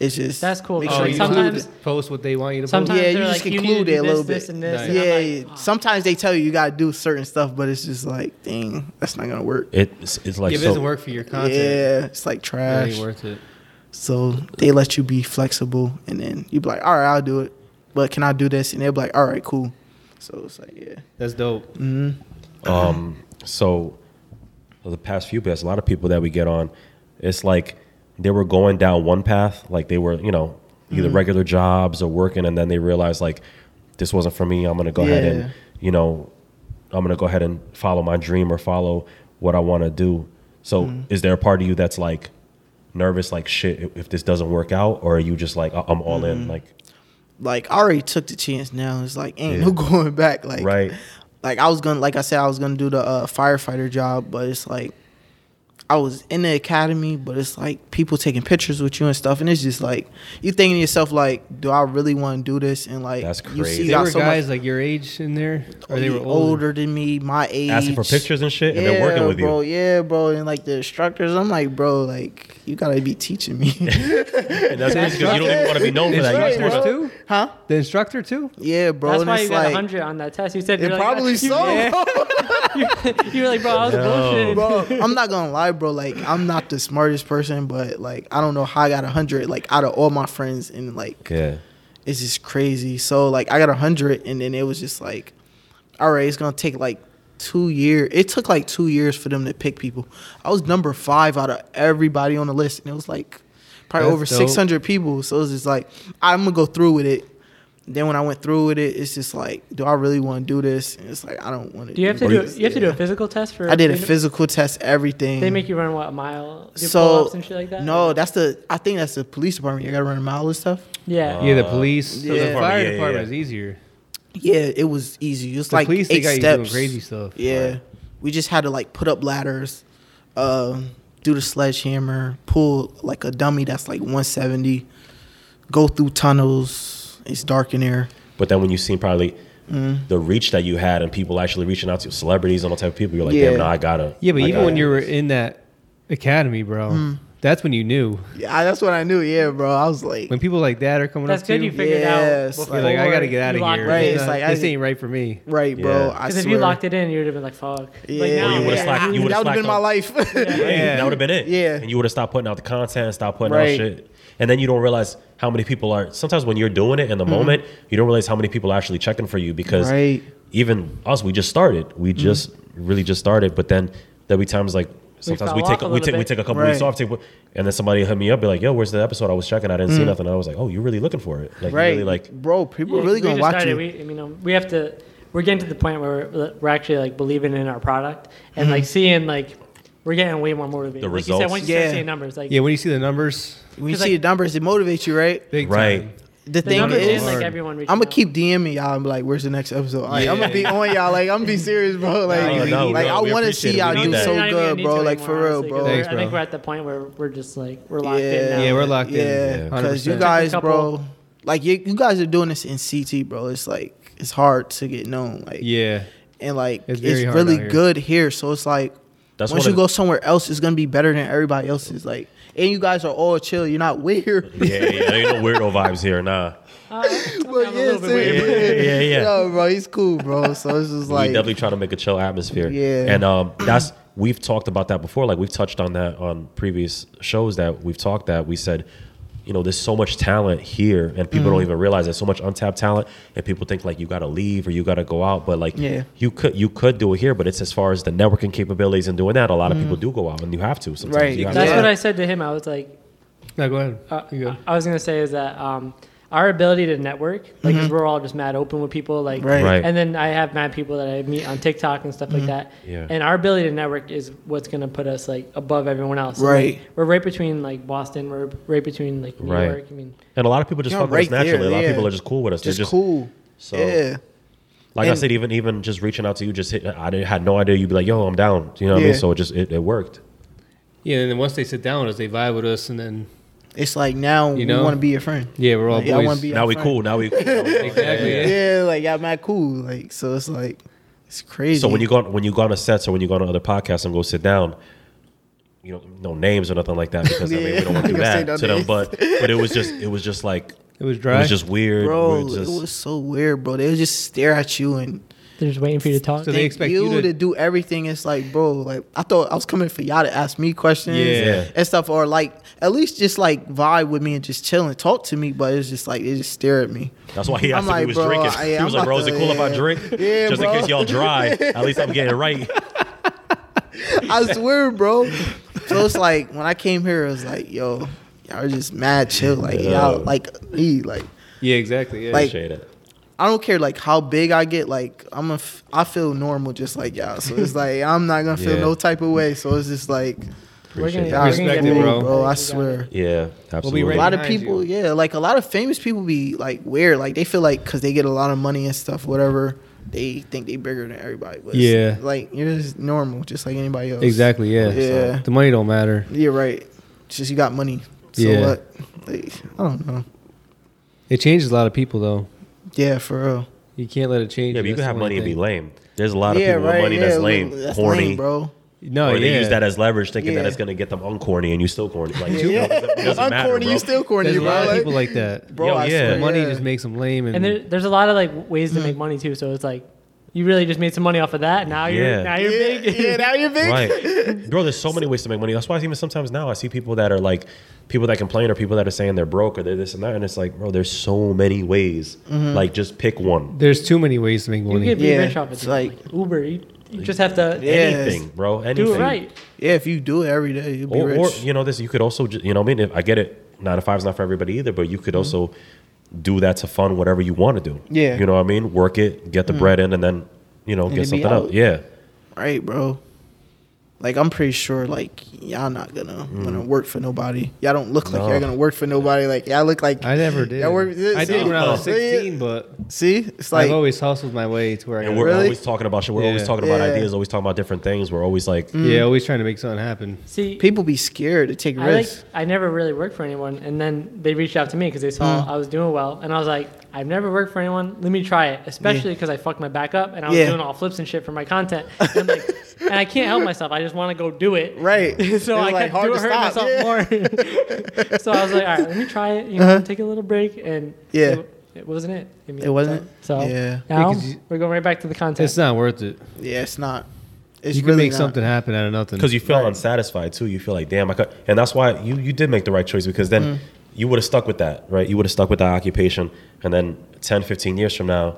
D: It's just
C: That's cool.
D: Make
C: Oh,
D: sure
C: like
D: you
C: sometimes-
D: sometimes,
B: post what they want you to post.
C: Sometimes
D: Yeah,
C: they're
D: you
C: like,
D: just
C: you need to
D: conclude
C: do
D: it a
C: this,
D: little
C: this,
D: bit.
C: and this.
B: Nice.
C: and I'm
D: yeah.
C: like, "Oh."
D: Sometimes they tell you you gotta do certain stuff, but it's just like, dang, that's not gonna work.
A: it, it's, it's like
B: If it
A: so,
B: doesn't work for your content,
D: Yeah, it's like
B: yeah, it
D: trash.
B: ain't worth it.
D: So they let you be flexible, and then you be like, all right, I'll do it, but can I do this? And they'll be like, all right, cool. So it's like, yeah,
B: That's dope.
A: Um, so the past few bits, a lot of people that we get on, it's like they were going down one path, like they were, you know, either regular jobs or working, and then they realized like this wasn't for me. I'm gonna go ahead
D: Yeah.
A: and, you know, I'm gonna go ahead and follow my dream or follow what I want to do. So, is there a part of you that's like nervous, like shit, if- if this doesn't work out, or are you just like I- I'm all in, like
D: like I already took the chance. Now it's like ain't no going back. Like
A: right?
D: like I was gonna, like I said, I was gonna do the uh, firefighter job, but it's like I was in the academy, but it's like people taking pictures with you and stuff, and it's just like you thinking to yourself, like, do I really want to do this? And like,
A: That's
D: You
A: crazy.
D: see,
A: They
B: There
D: got
B: were
D: so
B: guys
D: much Oh,
B: like your age in there, or they were older.
D: older than me, my age,
A: Asking for pictures and shit, and they're working with
D: bro,
A: you.
D: Yeah, bro, and like the instructors, I'm like, bro, like you gotta be teaching me,
A: And that's crazy 'cause you don't even want to be known for that. You just
B: Instructors
A: wanna-
B: too?
D: huh?
B: The instructor too?
D: Yeah, bro,
C: That's
D: and
C: why
D: it's
C: you got
D: like,
C: 100 on that test. You said
D: It
C: you're like,
D: probably
C: you-
D: so.
C: You were like, bro, I was bullshitting.
D: bro. I'm not gonna lie, bro. Like, I'm not the smartest person, but like, I don't know how I got a hundred. Like, out of all my friends, and like,
A: Yeah.
D: it's just crazy. So like, I got a hundred, and then it was just like, all right, it's gonna take like two years. It took like two years for them to pick people. I was number five out of everybody on the list, and it was like probably
B: That's
D: over
B: dope.
D: six hundred people. So it's just like, I'm gonna go through with it. Then when I went through with it, it's just like, do I really want to do this? And it's like, I don't want to.
C: Do you have to
A: Or
C: do?
A: you-
C: You have to do a physical test for.
D: I did a
C: they-
D: physical test, everything.
C: They make you run what a mile? Do
D: so
C: pull-ups and shit like that.
D: no, that's the I think that's the police department. You gotta run a mile and stuff.
C: Yeah.
B: yeah, the police.
D: yeah.
B: The fire
A: Uh, Yeah, yeah,
B: department
A: yeah.
B: is easier.
D: Yeah, it was easy. It was
B: The
D: like
B: police, they
D: eight
B: got you
D: steps.
B: doing crazy stuff.
D: Yeah, we just had to like put up ladders, um, do the sledgehammer, pull like a dummy that's like 170, go through tunnels. It's dark in there.
A: But then when you see probably the reach that you had and people actually reaching out to you, celebrities and all type of people, you're like,
D: Yeah.
A: damn, no, I gotta.
B: Yeah, but
A: I
B: even
A: gotta
B: when
A: do
B: you were
A: this.
B: in that academy, bro, that's when you knew.
D: Yeah, I- that's what I knew. Yeah, bro. I was like,
B: When people like that are coming
C: That's
B: up
C: good.
B: to
C: You figured
D: Yes,
C: out.
B: you're like, I gotta get out of
C: before
B: here.
C: you locked
D: Right,
C: it
D: it's
C: in.
B: This-
D: like, I-
B: this ain't right for me.
D: right, bro.
A: Yeah.
D: I
C: Because
D: swear.
C: if you locked it in, you would have been like, "Fuck." Like,
D: Yeah.
C: now,
D: Or you
A: would've
C: yeah.
A: slacked- you would've
D: that would have been
A: slacked
D: my
A: up.
D: life.
A: Hey,
B: Yeah.
A: that would have been it.
D: Yeah.
A: and you would have stopped putting out the content, stopped putting
D: Right.
A: out shit, and then you don't realize how many people are. Sometimes when you're doing it in the moment, you don't realize how many people are actually checking for you because
D: Mm. Right. Mm-hmm.
A: even us, we just started. We just really just started, but then there'll be times like. Sometimes
C: fell
A: we take
C: off a
A: we
C: little
A: take we
C: bit.
A: take a couple
D: Right.
A: weeks off, take, and then somebody hit me up, be like, "Yo, where's the episode? I was checking, I didn't see nothing." And I was like, "Oh, you're really looking for it? Like, you
D: Mm. right,
A: really like
D: bro. People
C: Yeah,
D: really
C: we
D: gonna
C: just
D: watch
C: started.
D: you.
C: We, I mean, um, we have to. We're getting to the point where we're, we're actually like believing in our product and
D: Mm-hmm.
C: like seeing like we're getting way more motivated.
A: The
C: like You said,
A: results.
C: once you
D: Yeah.
C: start seeing numbers, like
B: Yeah, when you see the numbers,
D: when you
C: 'Cause,
D: see
C: like-
D: the numbers, it motivates you, right?
B: big
A: Right.
B: time.
C: the
D: The, thing
C: numbers
D: is,
C: is like everyone. reaching
D: I'm gonna
C: out.
D: keep DMing y'all and be like, "Where's the next episode?" Like, I'm gonna be
B: Yeah.
D: on y'all. Like, I'm gonna be serious, bro. Like,
A: No, no,
D: like
A: no,
D: I
A: we
D: want to
A: appreciate
D: see
A: it.
D: y'all
A: We
C: No,
A: need
D: do
A: that.
C: not
D: so
C: even gonna
D: good,
C: need
D: bro.
C: to
D: Like
C: anymore,
D: for real,
C: honestly, 'cause
D: bro.
B: Thanks,
C: we're- I think
B: bro.
C: we're at the point where we're just like we're locked in now.
D: Yeah,
B: Yeah, we're locked in.
D: yeah,
B: Yeah,
D: because
B: 100%.
D: you guys,
C: Took a
D: bro,
C: couple-
D: like you, you guys are doing this in CT, bro. It's like it's hard to get known, like,
B: Yeah,
D: and like
B: It's
D: it's,
B: very hard
D: really
B: out here.
D: good here. So it's like
A: That's
D: once
A: one
D: you
A: of
D: go
A: the-
D: somewhere else, it's gonna be better than everybody else's. Like, and you guys are all chill. You're not weird.
A: yeah, yeah, there ain't no weirdo vibes here, nah."
D: But yeah,
A: weird. Yeah, yeah, yeah.
D: No, bro, he's cool, bro. So it's just
A: we
D: like
A: definitely try to make a chill atmosphere.
D: Yeah.
A: and um, that's we've talked about that before. Like we've touched on that on previous shows that we've talked that we said, you know, there's so much talent here, and people
D: Mm-hmm.
A: don't even realize there's so much untapped talent, and people think like you got to leave or you got to go out, but like
D: Yeah.
A: you could you could do it here, but it's as far as the networking capabilities and doing that, a lot of people do go out and you have to sometimes.
D: Mm. Right.
A: You have
C: That's
A: to.
C: what I said to him. I was like,
B: no, go ahead.
C: Uh,
B: You go.
C: I was gonna say is that um, our ability to network, like, 'cause we're all just mad open with people, like,
D: Mm-hmm. Right. Mm-hmm.
A: Right.
C: and then I have mad people that I meet on TikTok and stuff like that.
A: Yeah.
C: And our ability to network is what's gonna put us like above everyone else.
D: Right.
C: We're right between like Boston. We're right between like New
A: Right.
C: York. I mean,
A: And a lot of people just
D: Y'all
A: fuck with us
D: right there,
A: naturally. a lot
D: yeah.
A: of people are just cool with us.
D: just,
A: They're just
D: cool.
A: So
D: yeah,
A: Like I
D: And-
A: said, even even just reaching out to you, just hit, I didn't, had no idea you'd be like, "Yo, I'm down." You know what I
D: Yeah.
A: mean? So it just it, it worked.
B: Yeah, and then once they sit down with us, they vibe with us, and then
D: It's like now you
B: know?
D: want to be your friend.
B: yeah, we're all
D: Like, I
B: boys.
D: want to be.
A: now
D: your
A: we
D: friend.
A: cool. Now we.
B: exactly. Yeah.
D: Yeah, like y'all mad cool. Like so, it's like it's crazy.
A: so when you go on- when you go on a set, so when you go on other podcasts and go sit down, you know, no names or nothing like that because I mean
D: Yeah,
A: we don't want to do
D: I'm gonna say
A: that
D: no
A: to them.
D: names.
A: But but it was just it was just like
B: It was
A: it
B: dry.
A: was just weird.
D: bro,
A: we're just-
D: it was so weird, bro. They would just stare at you and
C: They're just waiting for you to talk.
B: So they-
D: think
B: expect
D: you,
B: you
D: to,
B: to-
D: do everything. It's like, bro, like I thought I was coming for y'all to ask me questions
B: Yeah.
D: and stuff, or like at least just like vibe with me and just chill and talk to me. But it's just like they just stare at me.
A: that's why he
D: I'm
A: asked if
D: like,
A: he was
D: bro,
A: drinking.
D: I-
A: he
D: I'm
A: was like,
D: about
A: "Bro, is
D: to-
A: it cool if I
D: yeah.
A: drink?
D: Yeah,
A: just
D: bro.
A: in case y'all dry. At least I'm getting it right."
D: I swear, bro. So it's like when I came here, it was like, yo, y'all are just mad chill, like y'all
A: Yeah.
D: like me, like
B: yeah, exactly. Yeah.
D: Like-
A: Appreciate it.
D: I don't care like how big I get. Like I'm a, f- I feel normal just like y'all. So it's like I'm not gonna feel
A: Yeah.
D: no type of way. So it's just like
A: Appreciate
C: gonna-
A: it.
D: y'all
B: Respect
D: cool,
B: it,
D: bro.
B: bro.
D: I swear.
A: Yeah, absolutely.
D: A
B: right
D: lot of
B: behind
D: people,
B: you.
D: yeah, like a lot of famous people be like weird. Like they feel like because they get a lot of money and stuff, whatever. They think they bigger than everybody. But it's,
B: Yeah.
D: like you're just normal, just like anybody else.
B: Exactly. Yeah. So
D: Yeah.
B: the money don't matter.
D: You're right. It's just you got money. So
B: Yeah.
D: what? Like I don't know.
B: It changes a lot of people though.
D: Yeah, for real.
B: You can't let it change.
A: Yeah, but you
B: That's
A: can have
B: the
A: money
B: one
A: and be
B: thing.
A: lame. There's a lot of
D: yeah,
A: people with money that's lame, horny,
D: bro.
B: No,
A: or
B: yeah.
A: they use that as leverage, thinking
D: Oh, Yeah.
A: that it's gonna get them uncorny, and you still corny. Like, you know,
D: Yeah,
A: it doesn't- it doesn't
D: I'm
A: matter,
D: corny.
A: bro.
D: You still corny,
B: There's a
D: bro.
B: lot of
D: Like,
B: people like that.
D: bro,
A: Yo,
D: I
A: yeah.
D: swear,
B: money
D: yeah.
B: just makes them lame, and,
C: and there, there's a lot of like ways
D: Mm-hmm.
C: to make money too. So it's like you really just made some money off of that. Now you're
A: Yeah.
C: now you're
D: yeah,
C: big.
D: yeah, now you're big.
A: Right, bro. There's so many ways to make money. That's why even sometimes now I see people that are like people that complain or people that are saying they're broke or they're this and that, and it's like, bro, there's so many ways.
D: Mm-hmm.
A: Like, just pick one.
B: there's too many ways to make
C: you
B: money.
C: can be
D: Yeah,
C: rich off of
D: it's
C: it. Like, Uber, you, you just have to
D: Yeah.
A: Anything, bro. Anything.
C: do it right.
D: Yeah, if you do it every day, you'll be
A: or, or
D: rich.
A: you know this you could also ju- you know what i mean if i get it nine to five is not for everybody either but you could also do that to fund whatever you want to do
D: Mm-hmm. Yeah.
A: you know what i mean work it get the bread in and then you know get
D: it'd be
A: something out.
D: out.
A: yeah
D: right, bro. Like I'm pretty sure, like y'all not gonna gonna work for nobody. Y'all don't look like
A: No.
D: y'all gonna work for nobody. Like y'all look like
B: I never did.
D: Y'all work,
B: I
D: see?
B: did when I was
D: See?
B: 16, but
D: See, it's like
B: I've always hustled my way to where I
A: and
B: got.
A: we're
D: Really?
A: always talking about shit we're always
B: Yeah.
A: talking about
D: Yeah. Mm.
A: ideas always talking about different things we're always like
B: Yeah, always trying to make something happen.
C: See,
D: people be scared to take
C: I like
D: risks.
C: I never really worked for anyone, and then they reached out to me because they saw
D: Hmm.
C: I was doing well, and I was like, I've never worked for anyone. Let me try it, especially because I fucked my back up, and I was
D: Yeah.
C: doing all flips and shit for my content, and, I'm like, and I can't help myself. I just want to go do it.
D: right. It's
C: So I
D: like
C: kept doing
D: to
C: hurting myself
D: Yeah.
C: more. so I was like, all right, let me try it. You know, take a little break, and
D: Uh-huh. Yeah.
C: it, it wasn't it. I mean,
D: It wasn't?
C: So
D: Yeah.
C: now
B: Because you-
C: we're going right back to the content.
B: It's not worth it.
D: Yeah, it's not. It's
B: you can
D: really
B: make
D: not.
B: something happen out of nothing.
A: because you feel unsatisfied too. You feel like, damn, I could, and that's why you you did make the right choice because then
D: Mm.
A: you would have stuck with that, right? You would have stuck with that occupation, and then 10, 15 years from now,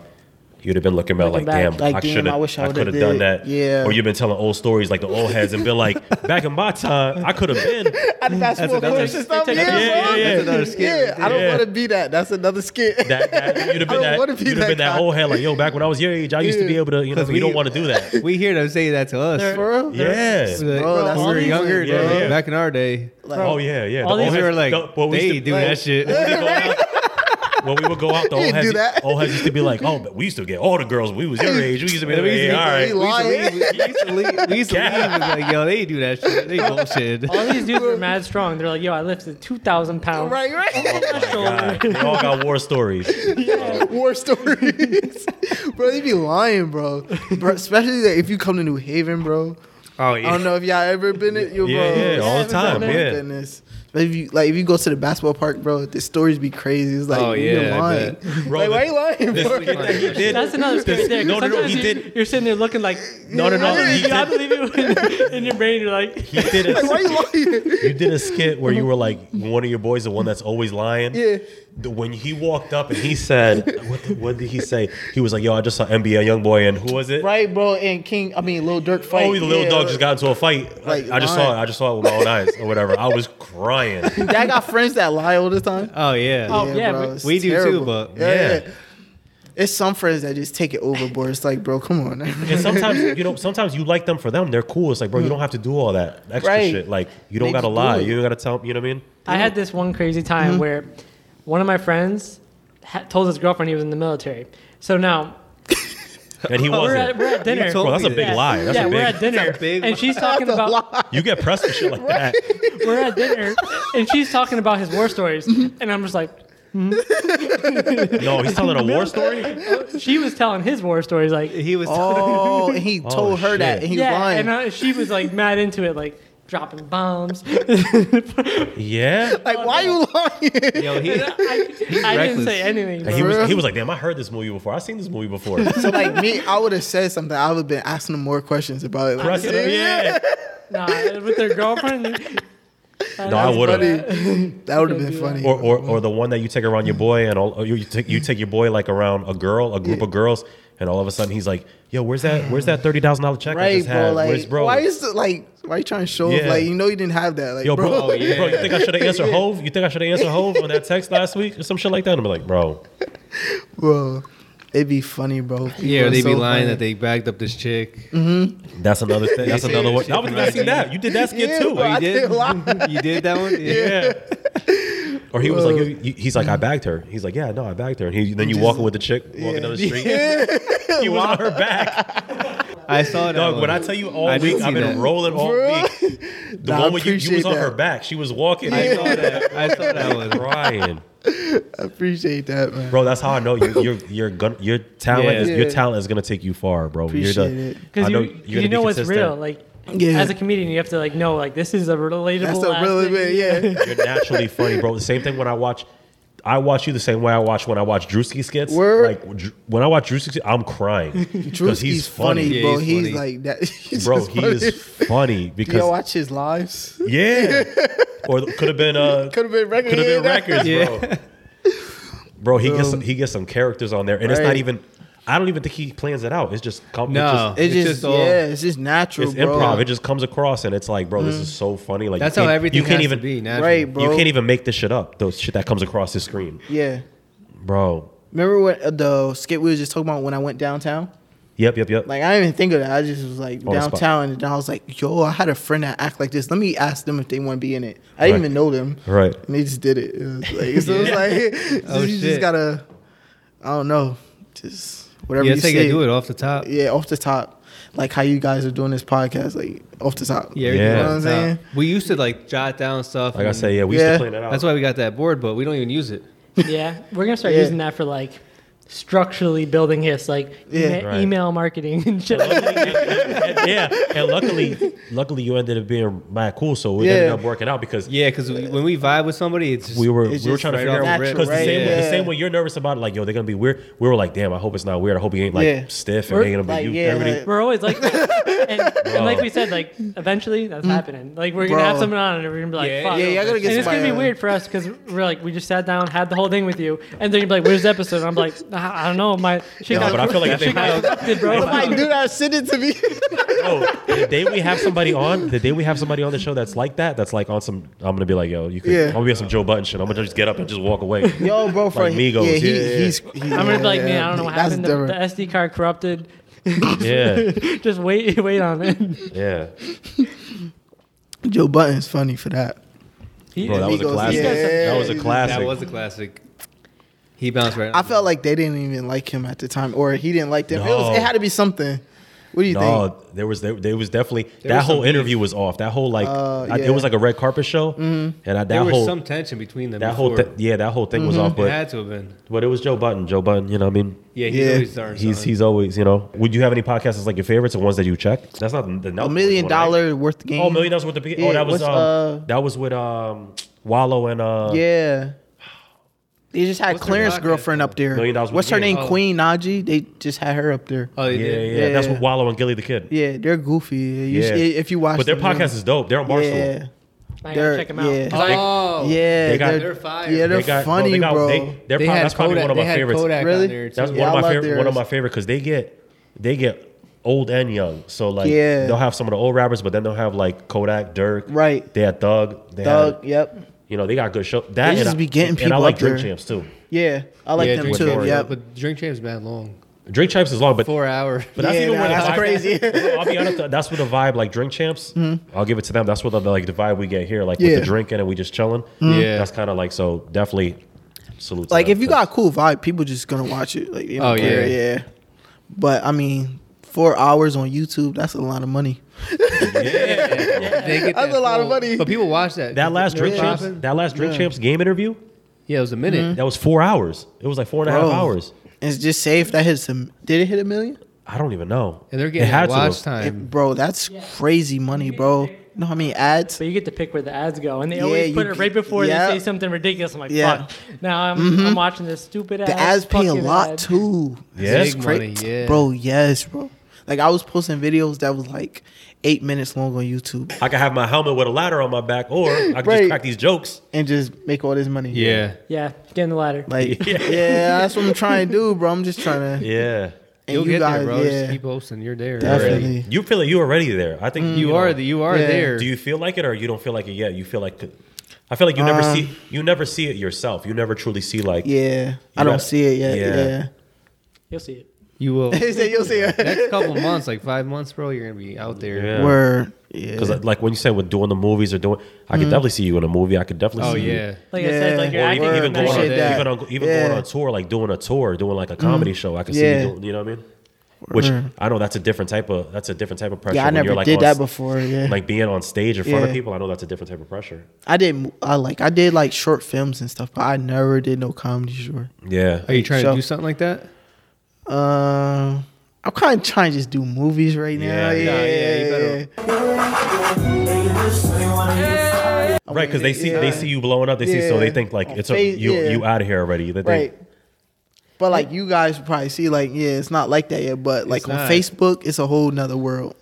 A: you'd have been looking back like,
C: Looking back.
A: damn,
D: Like,
A: I
D: damn,
A: should
D: I
A: have,
D: wish I
A: I,
D: would've
A: could have done
D: did-
A: that,
D: yeah.
A: Or you've been telling old stories like the old heads and been like, back in my time, I could have been.
D: I think that's more
B: another-
D: course and stuff. Yeah,
C: That's
A: another- yeah,
D: bro.
A: yeah, yeah. That's
B: another skit
D: Yeah,
B: right
D: I don't
A: there.
D: want to be that. That's another skit.
A: That, that you'd have
D: I
A: been
D: don't wanna
A: that.
D: be
A: You'd have
D: that
A: been that
D: guy.
A: old head like, yo, back when I was your age, I used to be able to, you know,
B: Because
A: you don't
B: we-
A: want to do that.
B: we hear them say that to us.
D: For real?
A: Yeah.
B: We're like,
D: Bro,
B: when
D: that's
B: we were
D: crazy,
B: younger.
A: bro.
B: like,
A: Yeah.
B: Back in our day,
A: oh yeah, yeah.
C: All
A: The
C: these
A: old
B: we
C: They
B: were
A: heads-
B: like,
A: the- what we used
B: they
A: to-
B: do
A: like,
B: that shit.
A: when we would go out, the old
D: didn't
A: heads,
D: do that.
A: old heads used to be like, "Oh, but we used to get all the girls. when We was your age. We used to be,
B: Yeah, we used to
A: yeah,
B: be-
A: all right."
D: He
B: We used to
D: lying.
B: leave- we used to leave. We used to leave. and be like, yo, they do that shit. They bullshit.
C: all these dudes were mad strong. They're like, yo, I lifted 2,000 pounds.
D: Right, right.
A: God, they all got war stories.
D: War stories, bro. You be lying, bro. bro especially that if you come to New Haven, bro.
B: Oh
D: I don't know if y'all ever been at your
A: Yeah,
D: bro.
A: yeah, all the time,
D: my
A: yeah.
D: goodness. But if you like, if you go to the basketball park, bro, the stories be crazy. It's like
B: Oh,
D: you're
B: yeah, I
D: lying.
A: Bro,
D: like, why
A: the-
D: you lying,
A: this-
D: bro?
A: he did-
C: That's another scary thing.
A: No, no, no,
C: Sometimes
A: he
C: you,
A: did.
C: You're sitting there looking like,
A: No, no, no. He
C: you
A: did,
C: gotta leave it in- in your brain. You're like,
A: he did a,
D: Why you lying?
A: you did a skit where you were like one of your boys, the one that's always lying.
D: Yeah.
A: The- When he walked up and he said, what, the- what did he say? He was like, "Yo, I just saw NBA young boy and who was it?
D: Right, bro. And King, I mean, Lil Durk fight.
A: Oh, the little
D: yeah.
A: dog just got into a fight.
D: Like,
A: I, I just saw
D: lying.
A: it. I just saw it with my own eyes or whatever. I was crying.
D: Y'all got friends that lie all the time.
B: Oh yeah.
C: Oh, yeah, but-
D: it's
B: We do too,
D: terrible.
B: but-
A: Yeah.
D: It's some friends that just take it overboard. It's like, bro, come on.
A: And sometimes you know, sometimes you like them for them. They're cool. It's like, bro, you don't have to do all that extra
D: Hmm. Right.
A: shit. Like, you don't
D: They
A: gotta
D: just do
A: lie.
D: it.
A: You don't gotta tell. You know what I mean?
C: I had this one crazy
A: Mm-hmm.
C: time where one of my friends ha- told his girlfriend he was in the military. So now
A: and he
C: We're
A: wasn't.
C: at, we're at dinner.
B: told
A: Bro, that's a
B: me
A: big
B: that.
A: lie. That's
C: yeah,
A: a big.
C: we're at dinner,
B: That's a big
C: and she's talking about
A: you get pressed for shit like that.
C: we're at dinner, and she's talking about his war stories,
A: Mm-hmm.
C: and I'm just like,
A: No, he's telling a war story.
C: she was telling his war stories, like,
B: He was.
D: Oh, and he told her that,
A: shit.
D: and he
C: yeah,
D: was lying.
C: and uh, she was like mad into it, like dropping bombs.
A: Yeah,
D: like, why
C: "Oh,
D: you lying?
B: yo, he,
C: I, I didn't
B: reckless.
C: say anything.
A: and he
C: Bro.
A: was
D: real?
A: he was like, damn, I heard this movie before. I seen this movie before.
D: so like me, I would have said something. I would have been asking him more questions about it. Like,
A: Pressing him, yeah.
C: Nah, with their girlfriend.
A: No, I would have.
D: that would have
C: Don't
D: been
C: do that.
D: funny.
A: or, or, or the one that you take around your boy and all or you, you take you take your boy like around a girl, a group of girls, and all of a sudden he's like, "Yo, where's that? Where's that thirty thousand dollar check I
D: right,
A: just
D: bro?
A: had?
D: Like,
A: where's bro?
D: why is it like? Why you trying to show? off?
A: Yeah.
D: Like, you know, you didn't have that. Like,
A: Yo, bro,
D: bro,
A: bro, you think I should have answered Hove? You think I should have answered Hove on that text last week or some shit like that? I'm like, bro,
D: bro, it'd be funny, bro.
B: yeah,
D: People
B: they
D: are
B: be
D: so
B: lying
D: funny.
B: that they backed up this chick.
A: that's another thing. That's
B: Yeah,
A: another
B: yeah,
A: one.
B: yeah.
A: I was not seen that. You did that skit
D: Yeah,
A: too.
D: bro,
B: you
D: I
B: did?
D: didn't lie.
B: you did that one? Yeah.
A: Yeah. Or he was like, you- you- he's like, I bagged her. He's like, yeah, no, I bagged her. And he, then you walking with the chick walking down the street. he was on her back.
B: I saw that.
A: Dog,
B: one.
A: when I tell you all
B: I did
A: week, I've
B: see
A: been
B: that.
A: rolling all
D: Bro.
A: week. The
D: Nah, I
A: one where you, you was
D: appreciate
A: on her
D: that.
A: back, she was walking,
B: I saw that. I saw that one.
A: crying.
D: I appreciate that, man.
A: Bro, that's how I know you, you're you're gonna your talent
B: Yeah.
A: is your
D: Yeah.
A: talent is gonna take you far, bro.
D: Appreciate
A: you're
D: it.
A: the,
C: because
A: I
C: you,
A: know
C: you
A: you're gonna be
C: know what's
A: consistent.
C: real. Like,
D: Yeah.
C: as a comedian, you have to like know like this is a relatable.
D: That's a
C: last
D: really
C: thing.
D: bit, yeah.
A: You're naturally funny, bro. The same thing when I watch, I watch you the same way I watch when I watch Drewski skits.
D: Word.
A: Like Dr- when I watch Drewski, skits, I'm crying because
D: Drewski's
A: he's
D: funny,
A: funny,
B: Yeah,
D: bro.
B: he's
D: He's,
B: funny.
D: like that. He's
A: bro.
D: just
A: He
D: funny.
A: is funny
D: Do y'all
A: because
D: watch his lives?
A: yeah, or could have been uh
D: Could have been record.
A: could have been records, bro.
B: Yeah.
A: Bro, he gets some, he gets some characters on there, and it's
D: Right.
A: not even. I don't even think he plans it out. It's just come.
B: No.
A: It's just, uh,
D: It's,
B: It's
D: just,
B: just all-
D: yeah, it's just natural,
A: it's
D: bro.
A: improv. It just comes across, and it's like, bro, this is so funny. Like
B: That's
A: you
B: how
A: can't-
B: everything
A: you can't
B: has
A: even
B: to be natural.
D: right, bro.
A: you can't even make this shit up. The shit that comes across the screen,
D: Yeah.
A: bro.
D: Remember what uh, the skit we was just talking about when I went downtown?
A: Yep, yep, yep.
D: Like I didn't even think of that. I just was like
A: On the spot.
D: downtown, and I was like, "Yo, I had a friend that act like this. Let me ask them if they want to be in it." I didn't
A: Right.
D: even know them,
A: right.
D: and they just did it. It was like, so
B: Yeah.
D: it's like
B: Oh,
D: you just
B: shit.
D: gotta, I don't know, just whatever
B: Yeah,
D: you
B: it's like I
D: say.
B: do it off the top.
D: Yeah, off the top, like how you guys are doing this podcast, like off the top.
B: Yeah, everything
A: Yeah.
B: off
A: You know what
D: I'm
B: the top.
D: saying?
B: We used to like jot down stuff.
A: Like I
B: and-
A: say, yeah, we used
D: Yeah.
A: to plan it out.
B: That's why we got that board, but we don't even use it.
C: Yeah, we're gonna start
D: Yeah.
C: using that for like structurally building his like
D: Yeah.
C: e-
A: Right.
C: email marketing and shit.
A: yeah, and luckily, luckily, you ended up being mad cool, so we ended
D: Yeah.
A: up working out because
B: Yeah, because when we vibe with somebody, it's just,
A: we were
D: It's
A: we were
D: just
A: trying to
D: right
A: figure
D: off
A: out
D: the
A: because the
D: rip,
A: same
D: right?
A: the
D: Yeah.
A: same way you're nervous about it, like yo, they're gonna be weird. We were like, damn, I hope it's not weird. I hope he ain't like
D: Yeah.
A: stiff and
C: We're-
A: ain't gonna be
D: like,
A: you.
D: yeah,
A: everything.
D: like-
C: We're always like, that. and, and like we said, like eventually that's happening. Like we're gonna have
D: Mm. Bro.
C: someone on and we're gonna be like,
B: Yeah,
C: fuck.
D: yeah, y'all gotta
C: and
D: get
C: it's gonna be
D: inspired.
C: weird for us because we're like, we just sat down, had the whole thing with you, and then you're like, "Where's the episode?" And I'm like, "I I don't know, my she
A: No,
C: got,
A: but I feel like if
C: she
A: they
C: got corrupted, bro."
D: I'm like, dude, I send it to me.
A: Oh, the day we have somebody on, the day we have somebody on the show that's like that, that's like on some. I'm gonna be like, yo, you could.
D: Yeah.
A: I'm gonna be on some Joe Button shit. I'm gonna just get up and just walk away.
D: Yo, bro, for
A: Like Migos,
D: yeah, he,
A: yeah, yeah.
D: he's. He,
C: I'm gonna be like, man, I don't know what
D: that's
C: happened. The, the
D: different.
C: SD card corrupted.
A: Yeah,
C: Just wait, wait on it.
A: yeah.
D: Joe Button's funny for that.
C: He-
A: Bro, that was a
D: Migos,
A: classic.
D: yeah.
A: That was a classic.
B: That was a classic. He bounced right.
D: I felt like they didn't even like him at the time, or he didn't like them. It, was, it
A: No.
D: had to be something. What do you
A: no, there was there, there was definitely that
B: was some Mm-hmm.
A: whole interview was off. That whole like
D: Uh,
A: I-
D: yeah.
A: it was like a red carpet show, and I,
B: there
A: that
B: was
A: whole
B: some tension between them.
A: that whole
B: before.
A: thi- yeah that whole thing was off.
B: It
A: But
B: had to have been.
A: but it was Joe Button. Joe Button, you know what I mean.
B: Yeah, he's
D: Yeah.
B: always starting.
A: He's he's always you know. Would you have any podcasts that's like your favorites or ones that you check? That's not the, the
D: think? A million dollar worth game.
A: Oh, million dollars worth of.
D: Yeah,
A: oh, that was
D: what's,
A: um,
D: uh,
A: that was with um Wallow and uh
D: Yeah. They just had
B: What's their
D: Clarence
B: podcast
D: girlfriend up there.
A: Million Dollars
D: What's her
A: Worth of
D: name?
A: Game.
D: Queen Naji. They just had her up there.
B: Oh,
A: yeah,
B: he
A: yeah,
B: did.
A: yeah. That's
D: Yeah.
A: with Wallow and Gilly the Kid.
D: Yeah, they're goofy. Yeah, you
A: Yeah.
D: should- if you watch,
A: But their
D: them, yeah.
A: podcast is dope. They're on Barstool.
D: Yeah,
C: I
D: They're-
C: gotta check him out.
D: yeah.
C: 'Cause I-
B: Oh,
D: yeah,
A: They got-
B: They're fire.
D: Yeah,
B: They
D: they're funny, bro.
A: are
B: They had
A: that's probably
B: Kodak.
A: one of
B: They
A: my
B: had
A: favorites.
B: Kodak
D: Really?
B: on there too.
A: That's
D: Yeah, I
A: one of my
D: love
A: favorite. One of
D: theirs.
A: my favorite because they get they get old and young. So like
D: Yeah.
A: they'll have some of the old rappers, but then they'll have like Kodak, Dirk.
D: Right.
A: They had Thug. They
D: Thug.
A: Had,
D: Yep.
A: you know they got good show. That
D: just
A: and
D: be getting
A: and I
D: people
A: like
D: up
A: Drink
D: there.
A: Champs too.
D: Yeah, I like
B: Yeah,
D: them
B: Drink
D: too.
B: Champs.
D: Yep.
B: But Drink Champs bad long.
A: Drink Champs is long, but
B: Four hour.
A: But that's
D: Yeah,
A: even
D: nah,
A: where the
D: that's
A: vibe-
D: crazy. Mm-hmm.
A: I'll be honest, that's where the vibe like drink champs. I'll give it to them. That's what the like the vibe we get here, like
D: Yeah. Mm-hmm.
A: with the drinking and we just chilling.
B: Yeah.
A: that's kind of like so definitely salute. to
D: Like
A: them,
D: if you
A: 'cause
D: got a cool vibe, people just gonna watch it. Like, you know,
B: Oh, yeah.
D: yeah. But I mean, four hours on YouTube, that's a lot of money.
B: They get that
D: That's a lot of
B: full-
D: money.
B: But people watch that.
A: That last
B: You know
A: drink
B: what
A: champs,
B: happened?
A: that last drink champs game interview,
B: Yeah, it was a minute.
D: Mm-hmm.
A: that was four hours. It was like four and a half
D: Bro.
A: hours.
D: And it's just say if that hits him, did it hit a million?
A: I don't even know.
B: And they're
A: It
B: getting
A: had to
B: watch
A: have.
D: It-
B: time.
D: bro, that's crazy money, bro. You know how many ads?
C: But you get to pick where the ads go, and they
D: Yeah,
C: always put
D: you
C: it right
D: get-
C: before
D: yeah.
C: they say something ridiculous. I'm like,
D: Yeah. Mm-hmm.
C: fuck. Now I'm, I'm watching this stupid ad.
D: The ads pay a
C: fucking
D: lot
C: ad.
D: too.
A: Yeah.
D: It's
B: Big
D: cra-
B: money, yeah.
D: Bro, yes, bro. Like I was posting videos that was like eight minutes long on YouTube
A: I could have my helmet with a ladder on my back, or I could just
D: Right.
A: crack these jokes.
D: and just make all this money.
B: Yeah.
C: Yeah, getting the ladder.
D: Like yeah. that's what I'm trying to do, bro. I'm just trying to
A: Yeah.
D: and
B: You'll
D: you
B: get
D: guys,
B: there, bro. Just
D: yeah.
B: keep posting. You're there.
D: Definitely. Mm-hmm.
B: already.
A: Already. You feel like you're already there. I think
B: You
A: know,
B: are the, you are
D: Yeah.
B: there.
A: Do you feel like it, or you don't feel like it yet? You feel like I feel like you never see you never see it yourself. You never truly see like
D: Um, Yeah. I
A: You
D: don't
A: got-
D: see it yet.
A: yeah.
D: Yeah.
C: You'll see it.
B: you will.
D: They said you'll see it.
B: Next couple months, like five months, bro, you're gonna be out there.
A: Yeah.
D: Word. Yeah.
A: Because like when you said with doing the movies or doing, I could definitely see you in a movie. I could definitely
B: Oh
A: see
B: yeah.
C: Like I said,
D: Yeah.
C: like
A: you,
C: you're
A: or
C: acting
A: even, even,
D: Hmm. Word.
A: going on,
D: Appreciate that.
A: even, on, even going
D: Yeah. Hmm.
A: on tour, like doing a tour, doing like a comedy show. I could see
D: Yeah.
A: you doing, you know what I mean? Which I know that's a different type of that's a different type of pressure.
D: yeah, I
A: when
D: never
A: you're, like,
D: did
A: on
D: that
A: s-
D: before. Yeah.
A: Like being on stage in front of
D: Yeah.
A: people, I know that's a different type of pressure.
D: I did I like I did like short films and stuff, but I never did no comedy short.
A: Yeah,
B: Are you trying to
D: So-
B: do something like that?
D: Um I'm kind of trying to just do movies right now.
A: Yeah.
D: Yeah,
A: Nah,
B: yeah, you
D: yeah,
B: better-
A: right? Because they see
D: Oh, yeah.
A: they see you blowing up, they see so they
D: Yeah.
A: think like it's a,
D: Face-
A: you
D: yeah.
A: you out here already. That they,
D: right. But like you guys probably see, like yeah, it's not like that yet. But like
B: It's
D: on
B: not.
D: Facebook, it's a whole nother world.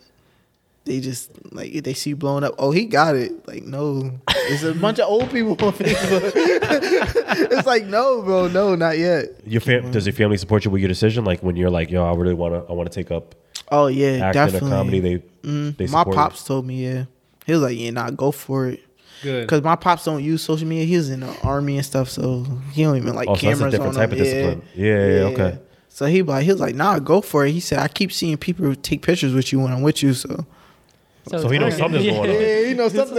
D: They just like they see you blowing up. Oh, he got it. Like no, it's a bunch of old people on Facebook. it's like no, bro, no, not yet.
A: Your fam- does your family support you with your decision? Like when you're like, yo, I really want to, I want to take up
D: Oh yeah,
A: acting
D: definitely. mm,
A: or comedy. They, they
D: my
A: support you.
D: pops told me yeah. He was like yeah, nah, go for it.
B: Good.
D: Cause my pops don't use social media. He was in the army and stuff, so he don't even like
A: Oh, so that's
D: cameras
A: a different
D: on
A: type
D: him.
A: of discipline. Yeah, yeah, okay.
D: So he like he was like, nah, go for it. He said, I keep seeing people take pictures with you when I'm with you, so
A: So he knows something's going on.
D: yeah, you know something.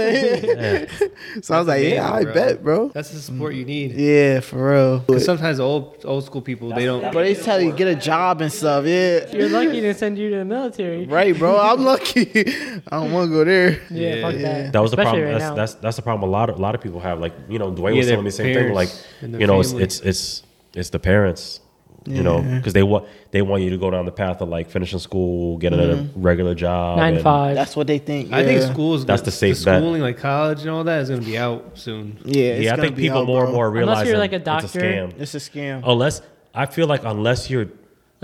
D: so I was like, yeah, I
B: Amazing, bro.
D: bet, bro.
B: That's the
D: Mm,
B: support you need.
D: Yeah, for real.
B: 'Cause sometimes the old old school people they don't.
D: But they tell you get a job and stuff. Yeah,
C: You're lucky to send you to the military.
D: right, bro. I'm lucky. I don't want to go there.
C: Yeah, fuck
B: Yeah.
C: that.
A: That was the
C: Especially
A: problem.
C: Right
A: that's,
C: now.
A: that's that's the problem. A lot of a lot of people have like you know Dwayne
B: Yeah,
A: was
B: their
A: telling me the same thing. Like
B: parents and their
A: you know it's
B: family.
A: it's it's it's the parents. You know, because they want they want you to go down the path of like finishing school, getting
D: Mm-hmm.
A: a regular job,
C: nine
A: and-
C: five.
D: That's what they think.
B: I think
D: yeah.
B: school is
A: That's
B: gonna-
A: the safe bet.
B: schooling, like college and all that, is gonna be out soon.
D: Yeah, it's
A: Yeah, I
D: gonna
A: think
D: be
A: people
D: out,
A: more Oh, and
D: bro.
A: more realize
C: Unless you're, like, a
A: it's a
C: doctor.
A: scam.
D: It's a scam.
A: Unless I feel like unless you're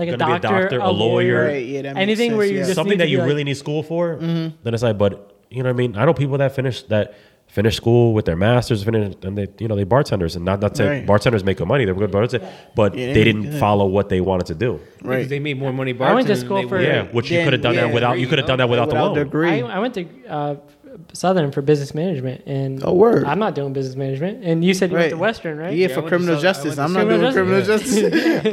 C: like a
A: gonna be
C: doctor,
A: a doctor, a lawyer,
D: Right, yeah, that makes
C: anything
D: sense,
C: where you
D: yeah.
C: just
A: something
C: need
A: that
C: to
A: you
C: be like-
A: really need school for, then it's like, but you know what I mean? I know people that finish that finish school with their masters, finish, and they you know they bartenders, and not not to
D: Right.
A: bartenders make good money, they were good bartenders, but
D: Yeah,
A: they
D: they make
A: didn't
D: good.
A: follow what they wanted to do.
B: Because they made more money bartending.
C: I went to
B: than
C: school
B: they
C: for-
B: would.
A: Yeah, which you
D: Then-
A: could have done
D: yeah.
A: that without. You could have done that without,
D: Without
A: the
D: the
A: loan.
D: degree.
C: I, I went to uh, Southern for business management, and
D: Oh, word.
C: I'm not doing business management. And you said you went to
D: Right.
C: Western, right?
D: Yeah,
B: I
D: for
B: went to
D: criminal
B: South- I
D: justice.
B: went
D: I'm
B: to
D: not doing
C: Criminal
D: criminal justice.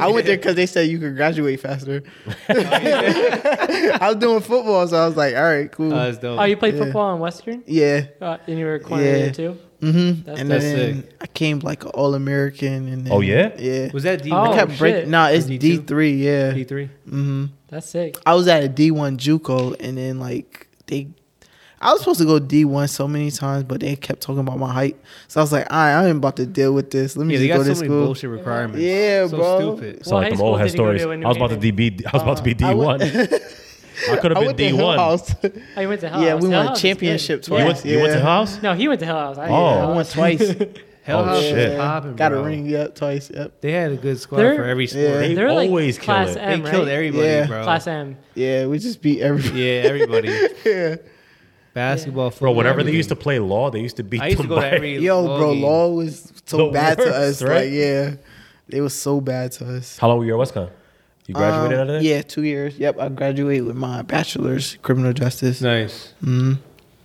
D: I went there because they said you could graduate faster.
B: Oh,
D: I was doing football, so I was like, all right, cool.
B: Uh, it's dope.
C: Oh, you played
D: Yeah.
C: football on Western,
D: yeah.
C: uh, and you were a coordinator
D: Yeah.
C: too.
D: Mm-hmm.
C: That's-
D: And
B: that's
D: then
B: sick.
D: I came like an All American. And then,
A: Oh, yeah?
D: yeah.
B: was that D?
C: Oh,
D: I kept
C: shit.
D: breaking. Nah, it's
B: D2?
D: D three. Yeah.
B: D three.
C: That's sick.
D: I was at a D one JUCO, and then like they, I was supposed to go D one so many times, but they kept talking about my height. So I was like, all right, I ain't about to deal with this. Let me
B: Yeah, they got
D: just go
B: so
D: to
B: many
D: school.
B: bullshit requirements.
D: Yeah,
B: so
D: bro.
B: stupid.
A: Sound
C: What
A: like
C: high
A: them old
C: school
A: head
C: did you go to
A: stories.
C: in
A: I
C: New
A: was about to
C: Haven?
A: DB. I was about to be
D: I
A: D one.
D: went-
A: I could have been
D: Uh, I went to
A: D
D: Hill
A: one.
D: House.
C: Oh, you went to Hell
D: Yeah,
C: House.
D: we
C: Hell
D: won
C: House is
D: championship
C: good.
A: You
D: twice.
A: went, you went to
D: Yeah.
A: house?
C: No, he went to Hell House. I
A: Oh.
D: I
C: Hell
D: won
C: House.
D: twice.
B: Hell
A: Oh,
B: House was
A: shit.
B: popping,
D: Got a
B: bro.
D: ring. Yep, twice. Yep.
B: They had a good squad
C: They're-
B: for every sport.
D: Yeah.
A: They
C: They're like
A: always kill
C: class
A: it.
B: They
C: M, right?
B: killed everybody,
D: Yeah.
B: bro.
C: Class M.
D: Yeah, we just beat everybody.
B: Yeah, everybody. Basketball,
A: Bro,
B: football.
A: whenever they
B: everything.
A: used to play law, they used to beat
B: I used to
A: them
B: go to
A: by-
B: every
D: Yo,
B: ball
D: bro,
B: game.
D: law was so
A: The
D: bad to
A: worst,
D: us.
A: right?
D: Like, yeah, they was so bad to us.
A: How long were you at WestCon? You graduated
D: Um,
A: out of there?
D: Yeah, two years. Yep, I graduated with my bachelor's criminal justice.
B: Nice.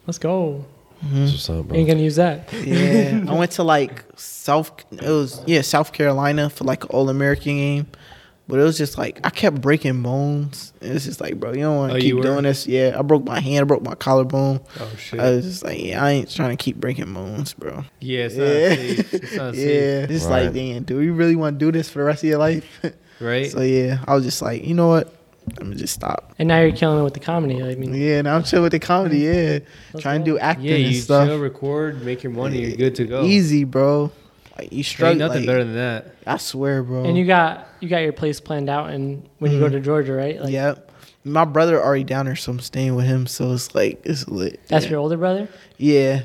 C: Let's go.
A: That's what's up, bro.
C: Ain't gonna use that.
D: Yeah, I went to like South. It was yeah South Carolina for like an All American game, but it was just like I kept breaking bones. It was just like, bro, you don't want
B: Oh,
D: to
B: you
D: keep
B: were?
D: doing this. Yeah, I broke my hand, I broke my collarbone.
B: Oh shit.
D: I was just like, yeah, I ain't trying to keep breaking bones, bro.
B: yeah, it's not
D: Yeah,
B: safe. It's not
D: yeah. Just
A: Right.
D: like, damn, do you really want to do this for the rest of your life?
B: safe, right?
D: so yeah, I was just like, you know what? Let me just stop.
C: And now you're killing it with the comedy. I mean,
D: Yeah, now I'm chill with the comedy. Yeah, trying to do acting
B: Yeah,
D: and
B: you
D: stuff. E-,
B: chill, record, make your money, you're good to go.
D: Easy, bro. Like you straight.
B: Ain't nothing
D: like,
B: better than that.
D: I swear, bro.
C: and you got you got your place planned out, and when
D: Mm-hmm.
C: you go to Georgia, right? Like,
D: yep. My brother already down there, so I'm staying with him. So it's like it's lit.
C: That's
D: yeah.
C: your older brother.
D: Yeah,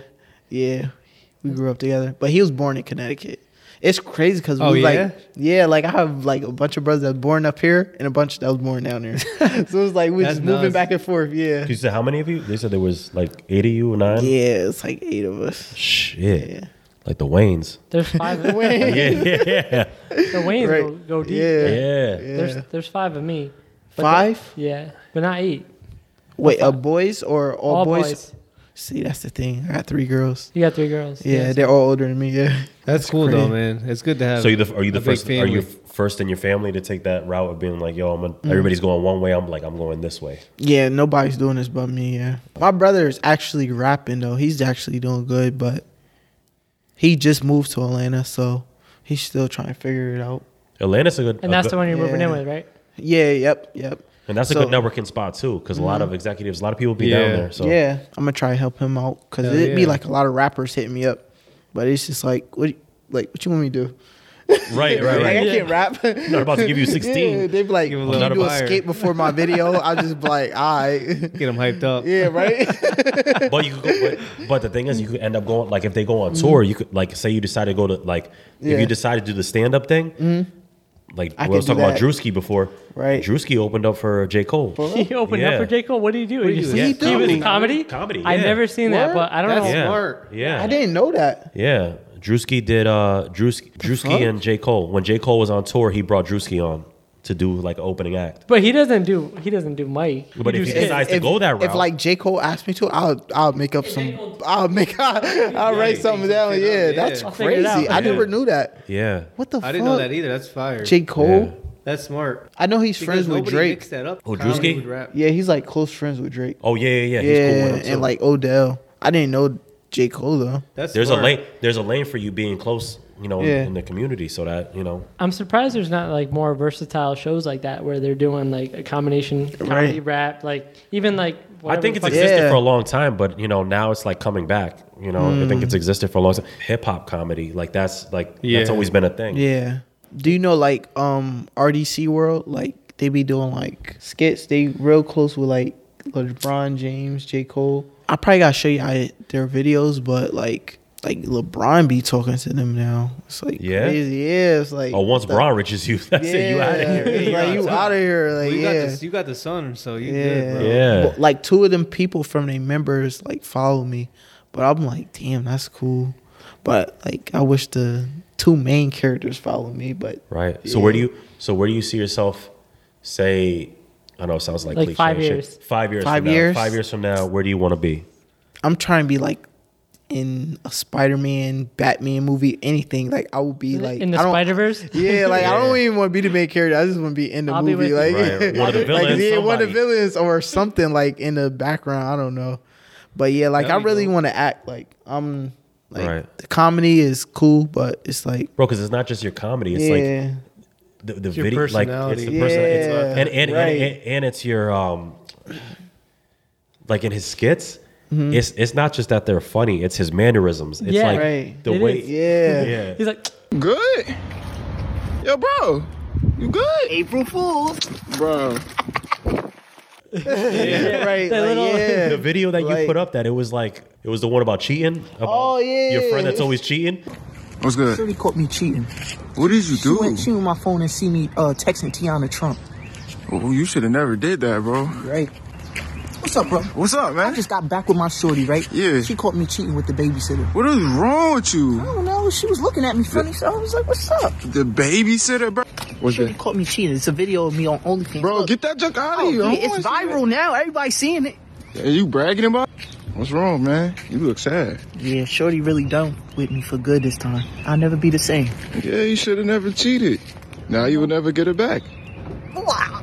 D: yeah. We grew up together, but he was born in Connecticut. It's crazy because
B: Oh,
D: we
B: yeah?
D: like yeah, like I have like a bunch of brothers that was born up here and a bunch that was born down there. so it's like we
B: That's
D: just moving
B: nuts.
D: back and forth. Yeah,
A: You said how many of you? They said there was like eight of you or nine.
D: yeah. It's like eight of us.
A: Shit.
D: Yeah.
A: Like the Waynes.
C: There's five. of
D: Wayne.
A: Yeah, yeah,
C: The Waynes
D: Right.
C: go, go deep.
D: Yeah.
A: yeah.
D: Yeah.
C: There's there's five of me. But
D: Five?
C: the- yeah, but not eight.
D: Wait, a boys or all,
C: All
D: boys?
C: boys.
D: See, that's the thing. I got three girls.
C: You got three girls.
D: Yeah,
C: Yes.
D: they're all older than me. Yeah.
B: That's cool
D: pretty-
B: though, man. It's good to have.
A: So you the, are you the
B: a big
A: first? Are you
B: family.
A: first in your family to take that route of being like, yo, I'm a,
D: Mm.
A: everybody's going one way. I'm like, I'm going this way.
D: Yeah, nobody's doing this but me. Yeah, my brother is actually rapping though. He's actually doing good, but he just moved to Atlanta, so he's still trying to figure it out.
A: Atlanta's a good,
C: and that's the one you're moving in
D: Yeah.
C: with, right?
D: Yeah. Yep. Yep.
A: and that's a
D: so- Mm-hmm.
A: good networking spot too, because a lot of executives, a lot of people be down
B: Yeah.
A: there. So
D: Yeah, I'm gonna try to help him out because
B: Hell
D: it'd be
B: yeah.
D: like a lot of rappers hitting me up, but it's just like what, like what you want me to do?
A: right, right,
D: Like,
A: right.
D: I can't rap. I'm
A: not about to give you 16.
D: Yeah, they'd be like,
B: Give
D: "Can
B: a
D: you
B: little
D: do a
B: fire."
D: skate before my video?" I just be like, "All right."
B: get them hyped up.
D: Yeah, right.
A: But you, could go, but, but the thing is, you could end up going like if they go on tour, you could like say you decide to go to like
D: Mm-hmm. Yeah. Mm-hmm.
A: if you decide to do the stand up thing. Like
D: I
A: we was
D: could do
A: talking about
D: that.
A: Drewski before,
D: Right.
A: Drewski opened up for J Cole.
C: He opened
A: Yeah.
C: up for J Cole. What do you do? What
B: do you do?
A: Yeah,
D: He
C: He was
D: do.
C: in comedy.
A: Comedy,
C: I
A: yeah.
C: never seen that,
D: What?
C: but I don't
B: That's
C: know.
A: Yeah.
B: smart.
A: Yeah,
D: I didn't know that.
A: Yeah, Drewski did. Uh, Drewski, Drewski and J Cole. When J Cole was on tour, he brought Drewski on to do like an opening act.
C: But he doesn't do he doesn't do Mike.
A: But if
C: do
A: he
C: skits.
A: decides to go that route,
D: If like J Cole asked me to, I'll I'll make up some. I'll make I'll, write something down.
B: Yeah,
D: Yeah,
B: yeah.
D: that's
B: I'll
C: figure it
D: crazy.
C: out.
D: I never knew that.
A: yeah,
D: What the?
B: I didn't know
D: fuck?
B: that either. That's fire.
D: J Cole.
A: Yeah.
B: That's smart.
D: I know he's
B: Because
D: friends with
B: nobody
D: Drake.
B: mixed that up.
A: Oh,
B: Comedy
A: Drewski?
B: with rap.
D: Yeah, he's like close friends with Drake.
A: oh yeah, yeah, yeah, he's
D: yeah,
A: cool with him too.
D: and like Odell. I didn't know J Cole though.
B: That's
A: there's
B: smart.
A: a lane, there's a lane for you being close, you know, in-
D: Yeah.
A: in, the community, so that you know,
C: I'm surprised there's not like more versatile shows like that where they're doing like a combination comedy
D: Right.
C: rap, like even like
A: I think it's
C: whatever the
A: existed
D: Yeah.
A: for a long time, but you know, now it's like coming back. You know, I
D: Mm.
A: think it's existed for a long time. Hip hop comedy, like that's like
B: Yeah.
A: that's always been a thing.
D: Yeah. Do you know like um RDC World? Like they be doing like skits. They real close with like LeBron James, J Cole. I probably gotta show you how their videos, but like like LeBron be talking to them now. It's like
A: Yeah?
D: crazy. Yeah, it's like
A: Oh, once Braun reaches you, that's
D: yeah,
A: it. You out of here.
D: It's like you out of here. Like
B: Well, you,
D: yeah.
B: got this, you got the sun, so you
D: Yeah.
B: good, bro.
A: Yeah.
D: But, like two of them people from their members like follow me, but I'm like, damn, that's cool. But like, I wish the two main characters follow me. But
A: Right. So where do you so where do you see yourself say I know it sounds like,
C: Like
A: cliche
C: five
A: and shit.
C: years.
A: Five years
D: Five
A: from
D: years?
A: now. Five years from now, where do you want to be?
D: I'm trying to be like in a Spider-Man, Batman movie, anything. Like I would be like
C: in the
D: I don't-
C: Spider Verse.
D: Yeah, like I don't even want to be the main character. I just want to be in the
C: I'll be
D: movie,
C: with
D: like,
C: you.
A: Right, one of the
D: like,
A: villains,
D: yeah, one of the
A: somebody.
D: villains or something like in the background. I don't know, but yeah, like
B: That'd
D: I
B: be
D: really
B: dope.
D: want to act like I'm. Like
A: Right.
D: the comedy is cool, but it's like
A: Bro, because it's not just your comedy. It's like
D: yeah,
A: the, the
B: your
A: video like it's
B: personality.
A: the person it's,
D: Yeah,
A: and, and,
D: right.
A: and, and it's your um like in his skits,
D: Mm-hmm.
A: it's it's not just that they're funny, it's his mannerisms. It's
C: Yeah.
A: like
D: Right.
A: the
C: It
A: way
C: is.
D: yeah,
A: Yeah.
C: He's like,
E: Good? Yo, bro, you good?
F: April Fools.
E: Bro,
D: yeah, right,
C: That
D: like,
C: little-
D: yeah.
A: The video that
D: Like-
A: you put up that it was like it was the one about cheating. About
D: Oh, yeah.
A: Your friend that's always cheating.
E: what's good?
F: Shirley caught me cheating.
E: What did you
F: She
E: do?
F: went, she went on my phone and see me uh, texting Tiana Trump.
E: Oh, you should have never did that, bro.
F: Right. What's up, bro?
E: What's up,
F: I
E: man?
F: just got back with my shorty, right?
E: Yeah.
F: She caught me cheating with the babysitter.
E: What is wrong with you?
F: I don't know. She was looking at me funny, so I was like, "What's up?"
E: The babysitter, bro. What's
F: Shorty caught me cheating. It's a video of me on OnlyFans.
E: Bro,
F: Look.
E: get that junk out of
F: Oh,
E: here. I don't
F: it's
E: wanna see
F: viral now. Everybody's seeing it.
E: that. Are you bragging about? What's wrong, man? You look sad.
F: Yeah, Shorty really done with me for good this time. I'll never be the same.
E: Yeah, you should have never cheated. Now you will never get it back.
F: Wow.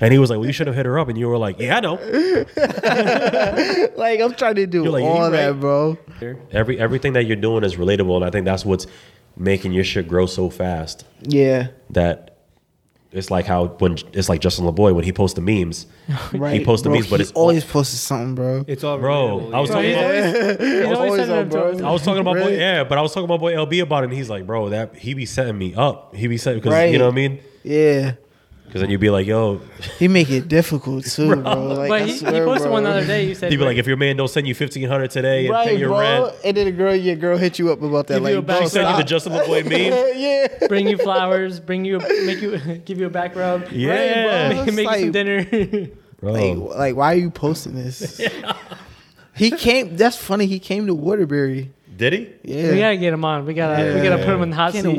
A: And he was like, Well, you should have hit her up and you were like, Yeah, I know.
D: Like I'm trying to do
A: You're like,
D: all
A: you
D: that,
A: right.
D: bro.
A: every everything that you're doing is relatable and i think that's what's making your shit grow so fast
D: Yeah,
A: that It's like how when it's like Justin LeBoy when he posts the memes,
D: Right,
A: he posts the
D: bro,
A: memes, but
D: he
A: it's
D: always posted something, bro.
B: It's all
A: bro.
B: relatable,
A: I was
B: yeah.
C: Bro,
A: talking
C: he's
A: about.
C: always, he's always,
D: always
C: sending them
D: on, bro.
C: to us.
A: I was talking about
D: Really?
A: boy, yeah, but I was talking about boy LB about it, and he's like, bro, that he be setting me up. He be setting because
D: Right.
A: you know what I mean.
D: Yeah,
A: Because then you'd be like, yo,
D: he make it difficult too, bro. Like,
C: but
D: I
C: he, he
D: swear,
C: posted
D: bro.
C: one the other day. You said
A: he'd be like,
C: like,
A: if your man don't send you fifteen hundred today and pay
D: Right,
A: your
D: bro.
A: rent,
D: And then the girl, your girl hit you up about that.
C: Give you a
D: like, bro,
C: back
A: send you the
D: stop.
A: Justin LeBoy meme.
D: yeah,
C: bring you flowers, bring you, make you, give you a back rub,
A: Yeah,
D: Right,
C: make,
D: bro.
C: make you some
D: Like-
C: dinner.
A: bro.
D: like, like, why are you posting this? he came. That's funny. He came to Waterbury.
A: Did he?
C: We
D: Yeah,
C: gotta get him on. We gotta we gotta put him in the hot
D: came to
C: seat.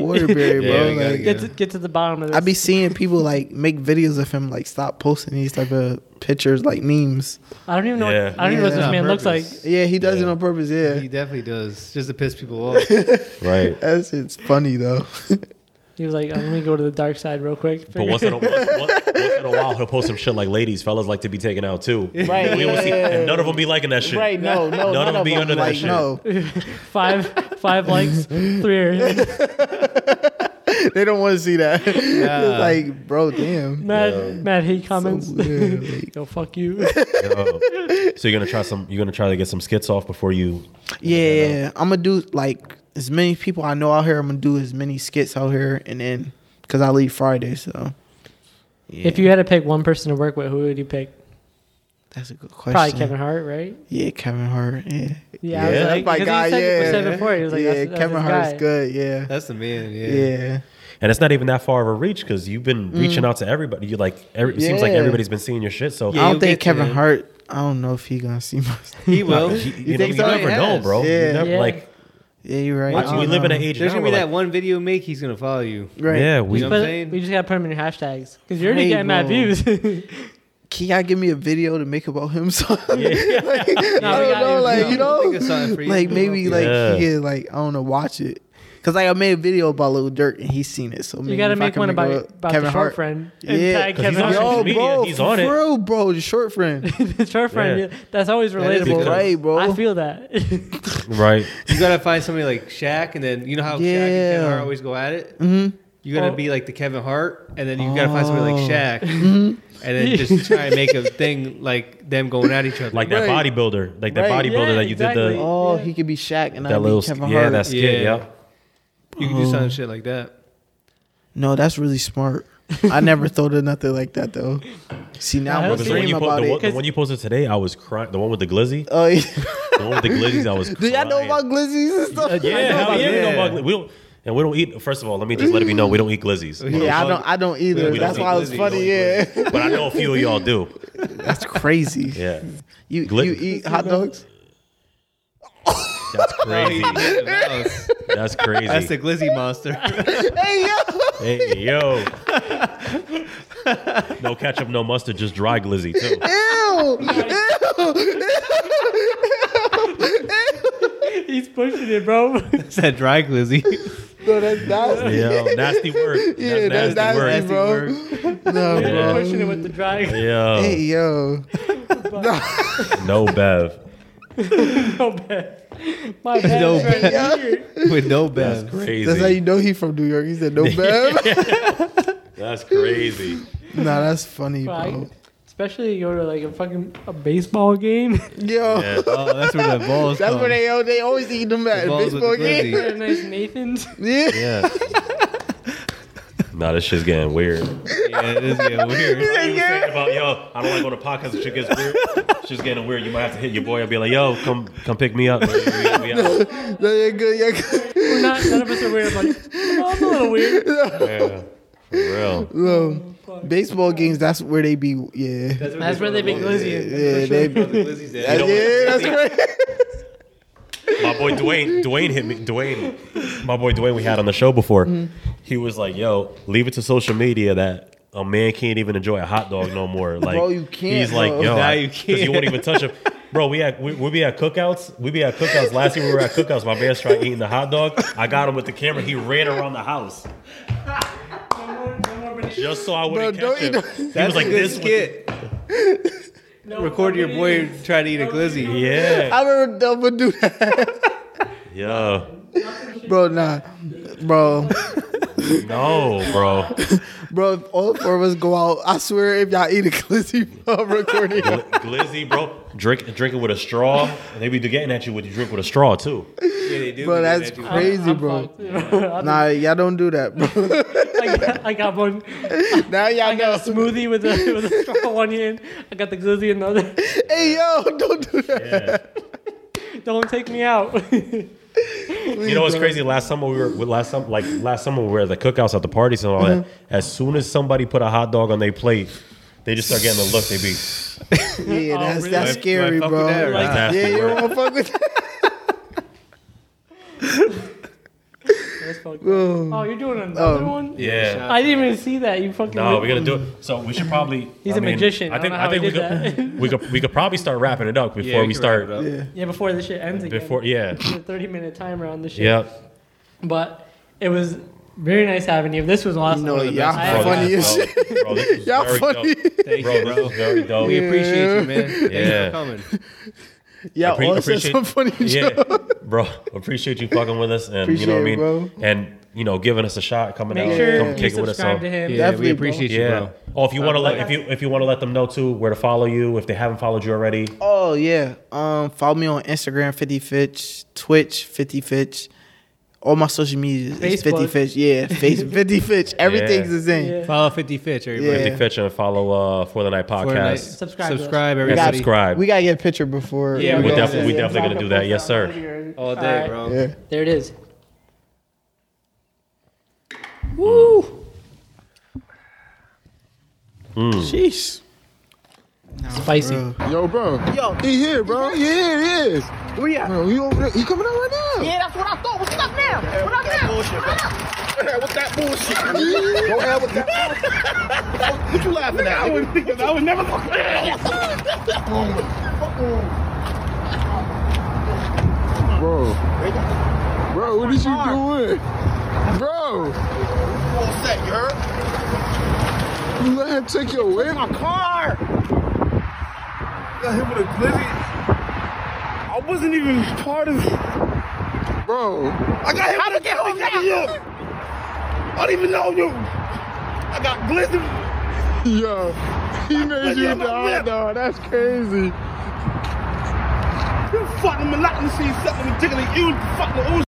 D: Waterbury,
B: Yeah,
D: bro.
B: we gotta get-
D: like,
C: get to get to the bottom of this.
D: I be seeing people like make videos of him like stop posting these type of pictures like memes.
C: I don't even know.
A: Yeah.
C: What, I don't even know what
B: Yeah.
C: this man looks like.
B: Purpose.
D: Yeah, he does it on purpose.
B: He
D: Yeah,
B: definitely does, just to piss people off.
A: Right.
D: that's it's funny though.
C: He was like, oh, let me go to the dark side real quick.
A: But once in, a, once, once- once in a while, he'll post some shit like ladies, fellas like to be taken out too.
D: Right.
A: We don't see, and none of them be liking that shit.
D: No, no,
A: None of 'em be under that
D: like,
A: shit.
D: No,
C: five five likes, three. Are,
D: they don't want to see that. like, bro, damn.
C: mad mad hate comments.
D: So weird, like-
C: Yo, fuck you.
A: Yo. So you're gonna try some. You're gonna try to get some skits off before you.
D: Yeah, I'm gonna do like as many people I know out here. I'm gonna do as many skits out here, and then because I leave Friday, so
C: If you had to pick one person to work with, who would you pick?
D: that's a good question.
C: Probably Kevin Hart, right?
D: Yeah, Kevin Hart. Yeah,
C: Yeah,
A: Yeah.
C: I
D: that's
C: was
D: Oh my
C: like,
D: guy.
C: because he said,
D: yeah,
C: he said before he was like,
D: yeah,
C: that's, that's
D: Kevin
C: his
D: Hart's
C: guy.
D: good. Yeah,
B: That's the man. Yeah.
D: yeah.
A: And it's not even that far of a reach because you've been reaching out to everybody. You like. Every, it seems like
D: Mm. Yeah.
A: everybody's been seeing your shit. So
D: I
B: Yeah,
D: don't
B: you'll
D: think
B: get
D: Kevin
B: to-
D: Hart. I don't know if he gonna see my.
B: He will.
A: you, you know,
D: think
A: you
D: so?
A: never
B: It
A: know,
B: has.
A: bro. You
D: Yeah.
A: never-
C: Yeah.
A: Like
D: Yeah, you're right.
B: Watch
D: I
B: him.
A: we
D: don't
A: live in
D: know.
A: an age
B: There's
A: now.
B: gonna
A: where,
B: be that
A: like,
B: one video make he's gonna follow you.
D: Right.
A: Yeah, we.
B: You know? what I'm
C: But
B: saying?
C: we just gotta put him in your hashtags because you're already
D: Hey,
C: getting mad
D: bro.
C: views. no,
D: Can y'all give me a video to make about him? So like, I
C: we got
D: don't know,
C: you.
D: like
B: No,
D: you know,
B: think of something for you.
D: like maybe like
A: Yeah.
D: yeah. like I don't know, watch it. Cause like I made a video about Lil Durk and he's seen it, so maybe
C: You gotta
D: if I
C: make
D: can
C: one
D: a-
C: about, about
D: Kevin
C: the
D: Hart
C: short friend. And
D: Yeah.
C: tag
A: 'Cause he's on
C: Kevin Hart.
A: social
D: Yo,
A: media,
D: bro,
A: he's
D: for
A: on it.
D: real, bro, the short friend.
C: the short friend.
A: Yeah.
C: yeah, That's always
B: is
C: relatable.
D: right, bro.
C: I feel that.
A: Right.
B: you gotta find somebody like Shaq, and then you know how Shaq and Kevin
D: Yeah.
B: Hart always go at it. Mm-hmm. You gotta
C: Oh.
B: be like the Kevin Hart, and then you gotta find somebody
D: Oh.
B: like Shaq,
D: Mm-hmm.
B: and then just try and make a thing like them going at each other.
A: Like that bodybuilder. Like that
D: Right.
A: bodybuilder
C: Yeah,
A: that you did
C: exactly.
A: the.
D: Oh,
C: Yeah.
D: he could be Shaq and I
A: That
D: little
A: little.
D: Kevin
A: Yeah,
D: Hart.
A: that skit.
B: Yeah.
A: Yep.
B: you
D: Uh-huh.
B: can do some shit like that.
D: no, that's really smart. I never thought of nothing like that though. See now
C: I
D: I'm
C: don't
A: Because the one
D: dream
A: you po-
D: about
A: the, one, the
D: it.
A: one you posted today, I was crying. The one with the glizzy,
D: Oh, yeah.
A: the one with the glizzies, I was.
D: do y'all know
A: crying.
D: about glizzies and stuff?
A: Yeah,
B: know
A: hell
B: about
A: yeah. We,
B: that.
A: know about, gli- we don't, and we don't eat. First of all, let me just let it be known we don't eat glizzies.
D: Yeah, I don't. I don't either.
A: We don't
D: That's
A: eat
D: why it was
A: glizzies.
D: funny. Yeah,
A: but I know a few of y'all do.
D: that's crazy.
A: Yeah,
D: You
A: Glit-
D: you eat hot dogs?
A: that's crazy.
B: That's
A: That's crazy.
B: the glizzy monster.
D: Hey
A: hey
D: yo,
A: yo, no ketchup, no mustard, just dry glizzy too.
C: he's pushing it, bro.
B: It's that dry glizzy.
D: no, that's not.
A: Yeah, nasty word.
D: Yeah, that's
A: nasty word.
D: nasty, bro. No,
C: He's
D: bro.
C: pushing it with the dry.
A: Yeah,
D: Hey yo,
A: no Bev.
C: No bad. My bad.
B: No
C: No
B: bad.
C: bad. Here.
B: with no
A: That's
B: bad.
A: crazy.
D: that's how you know he from New York. He said no bad.
A: That's crazy.
D: nah, that's funny,
C: Right.
D: bro.
C: Especially you go to like a fucking a baseball game.
D: Yo,
A: Yeah.
B: Oh, that's where the balls.
D: that's
B: come.
D: where they they always eat them at
B: The balls with
D: baseball
B: the
D: game.
B: glizzy.
C: Get a nice Nathan's.
D: Yeah,
A: Yeah. nah, this shit's getting weird.
B: Yeah, it is getting weird.
A: you were saying about yo, I don't like going to podcasts and shit gets weird. She's getting weird. You might have to hit your boy and be like, yo, come come pick me up. We- we- we out.
D: no, you're good. You're good.
C: We're not. None of us are weird. I'm like, oh, I'm a little weird.
A: Yeah, for real.
D: Baseball games. That's where they be. Yeah,
C: That's where they big glizzy.
D: yeah, they.
B: The glizzy's there.
A: You know
D: Yeah, that's crazy.
A: My boy Dwayne, Dwayne hit me. Dwayne, my boy Dwayne, we had on the show before. He was like, yo, leave it to social media that. A man can't even enjoy a hot dog no more. Like,
D: Bro, you can't,
A: He's like,
D: bro.
A: yo,
B: Now
A: I-
B: you
A: 'cause
B: can't.
A: won't even touch him. Bro, we at we, we be at cookouts. We be at cookouts. Last year we were at cookouts. My man's trying eating the hot dog. I got him with the camera. He ran around the house. Just so I wouldn't
D: Bro,
A: catch
D: don't
A: him.
D: eat
A: He
B: That's
A: was like
B: a good
A: this with-
B: skit. Record your boy trying to eat a glizzy.
A: Yeah.
D: I remember Delma do that.
A: Yeah.
D: Bro, nah, bro.
A: No, bro.
D: Bro, if all four of us go out, I swear if y'all eat a glizzy uh, recording.
A: Gl- Glizzy, bro. Drink, drink it with a straw. And they be getting at you with you drink with a straw too.
B: Yeah, they do.
D: Bro,
B: do that
D: that's
B: to you.
D: crazy,
C: I'm
D: bro.
C: fucked. I'm-
D: Nah, y'all don't do that, bro.
C: I, got, I got one.
D: now y'all
C: I
D: know.
C: got a smoothie with a with a straw in one hand. I got the glizzy in the other.
D: Hey yo, don't do that.
C: Don't take me out. Oh,
A: You know what's crazy? Last summer we were with last summer, like last summer we were at the cookouts at the parties and all that.
D: Mm-hmm.
A: As soon as somebody put a hot dog on their plate, they just start getting the look. They be
D: Yeah, that's
C: really?
D: that's
C: Do I-
D: scary,
B: do I fuck
D: bro.
B: with that or
D: Like,
A: not?
D: yeah, you don't want to fuck with that.
C: That's fucked up. oh, you're doing another one?
A: yeah.
C: I didn't even see that. You fucking.
A: No, we gotta do it. So we should probably.
C: He's
A: a
C: a magician. I
A: I
C: don't
A: think.
C: know
A: I,
C: how
A: think
C: he
A: we
C: did
A: could, we could. We could probably start wrapping it up before
B: Yeah, you
A: we
B: can wrap
A: start.
B: it up.
C: Yeah, before this shit ends again.
A: Before yeah,
C: the 30 minute timer on the shit.
A: yeah.
C: But it was very nice having you. This was awesome.
D: know,
C: One of the
D: y'all
C: best.
A: Bro,
C: I-
D: funny
A: this
D: as
A: is dope. Bro, this is
D: Y'all
A: very
D: funny.
A: dope.
B: Thank
A: Bro,
B: you,
A: this is very dope.
B: We appreciate you, man. Thank you
A: Yeah.
B: for coming.
D: Y'all
A: Appre-
D: all said
A: appreciate-
D: some funny shit.
A: yeah, bro. Appreciate you fucking with us, and you know what I
D: Appreciate
A: mean,
D: it,
A: and you know, giving us a shot, coming
C: Make
A: out,
C: sure
A: come
C: you
A: kicking with us.
C: subscribe
A: so-
C: to him.
B: Yeah,
D: Definitely,
B: we
D: bro.
B: appreciate you,
A: Yeah.
B: bro.
A: Oh, if you want to let
C: like-
A: if you if you want to let them know too where to follow you if they haven't followed you already.
D: Oh yeah. Um, follow me on Instagram, Fifty Fitch, Twitch, Fifty Fitch. All my social media is Fifty
C: Facebook.
D: Fitch. Yeah, face Fifty Fitch. Everything's the same.
C: Yeah.
B: Follow 50 Fitch, everybody.
D: Yeah.
A: Fifty Fitch and follow uh for the night
B: For tonight.
A: podcast.
C: Subscribe to us.
B: Subscribe,
D: We
A: And
D: gotta-
B: everybody.
A: subscribe.
D: We gotta get a picture before.
B: Yeah,
A: we
B: we're
D: go.
A: definitely we
C: Yeah,
A: definitely
C: drop
A: gonna
C: a
A: do that.
C: post
A: Yes,
C: on
A: sir.
C: Twitter.
B: All
C: All
B: day,
C: right.
B: bro.
D: Yeah.
C: There it is.
A: Hmm. Hmm.
D: Sheesh.
C: Spicy.
E: Yo, bro.
F: Yo.
E: He here, bro. He here, he is.
F: Where you at?
E: Bro, he, over there. he coming out right now.
F: Yeah, that's what I thought. What's up now? What up now? What up? What's that bullshit? Don't have with that. What you laughing at? I was thinking I would never look.
E: Bro. Bro, what is you doing? Bro,
F: All set, you heard?
E: you let him take your whip?
F: My car. Got hit with a glizzy. I wasn't even part of.
E: Bro,
F: I got hit. How to get home now? I don't even know you. I got glizzy.
E: yo, he made you
F: yeah,
E: a
F: my whip.
E: dog, dog. That's crazy.
F: Fucking monotonous. Something particularly you. Fucking.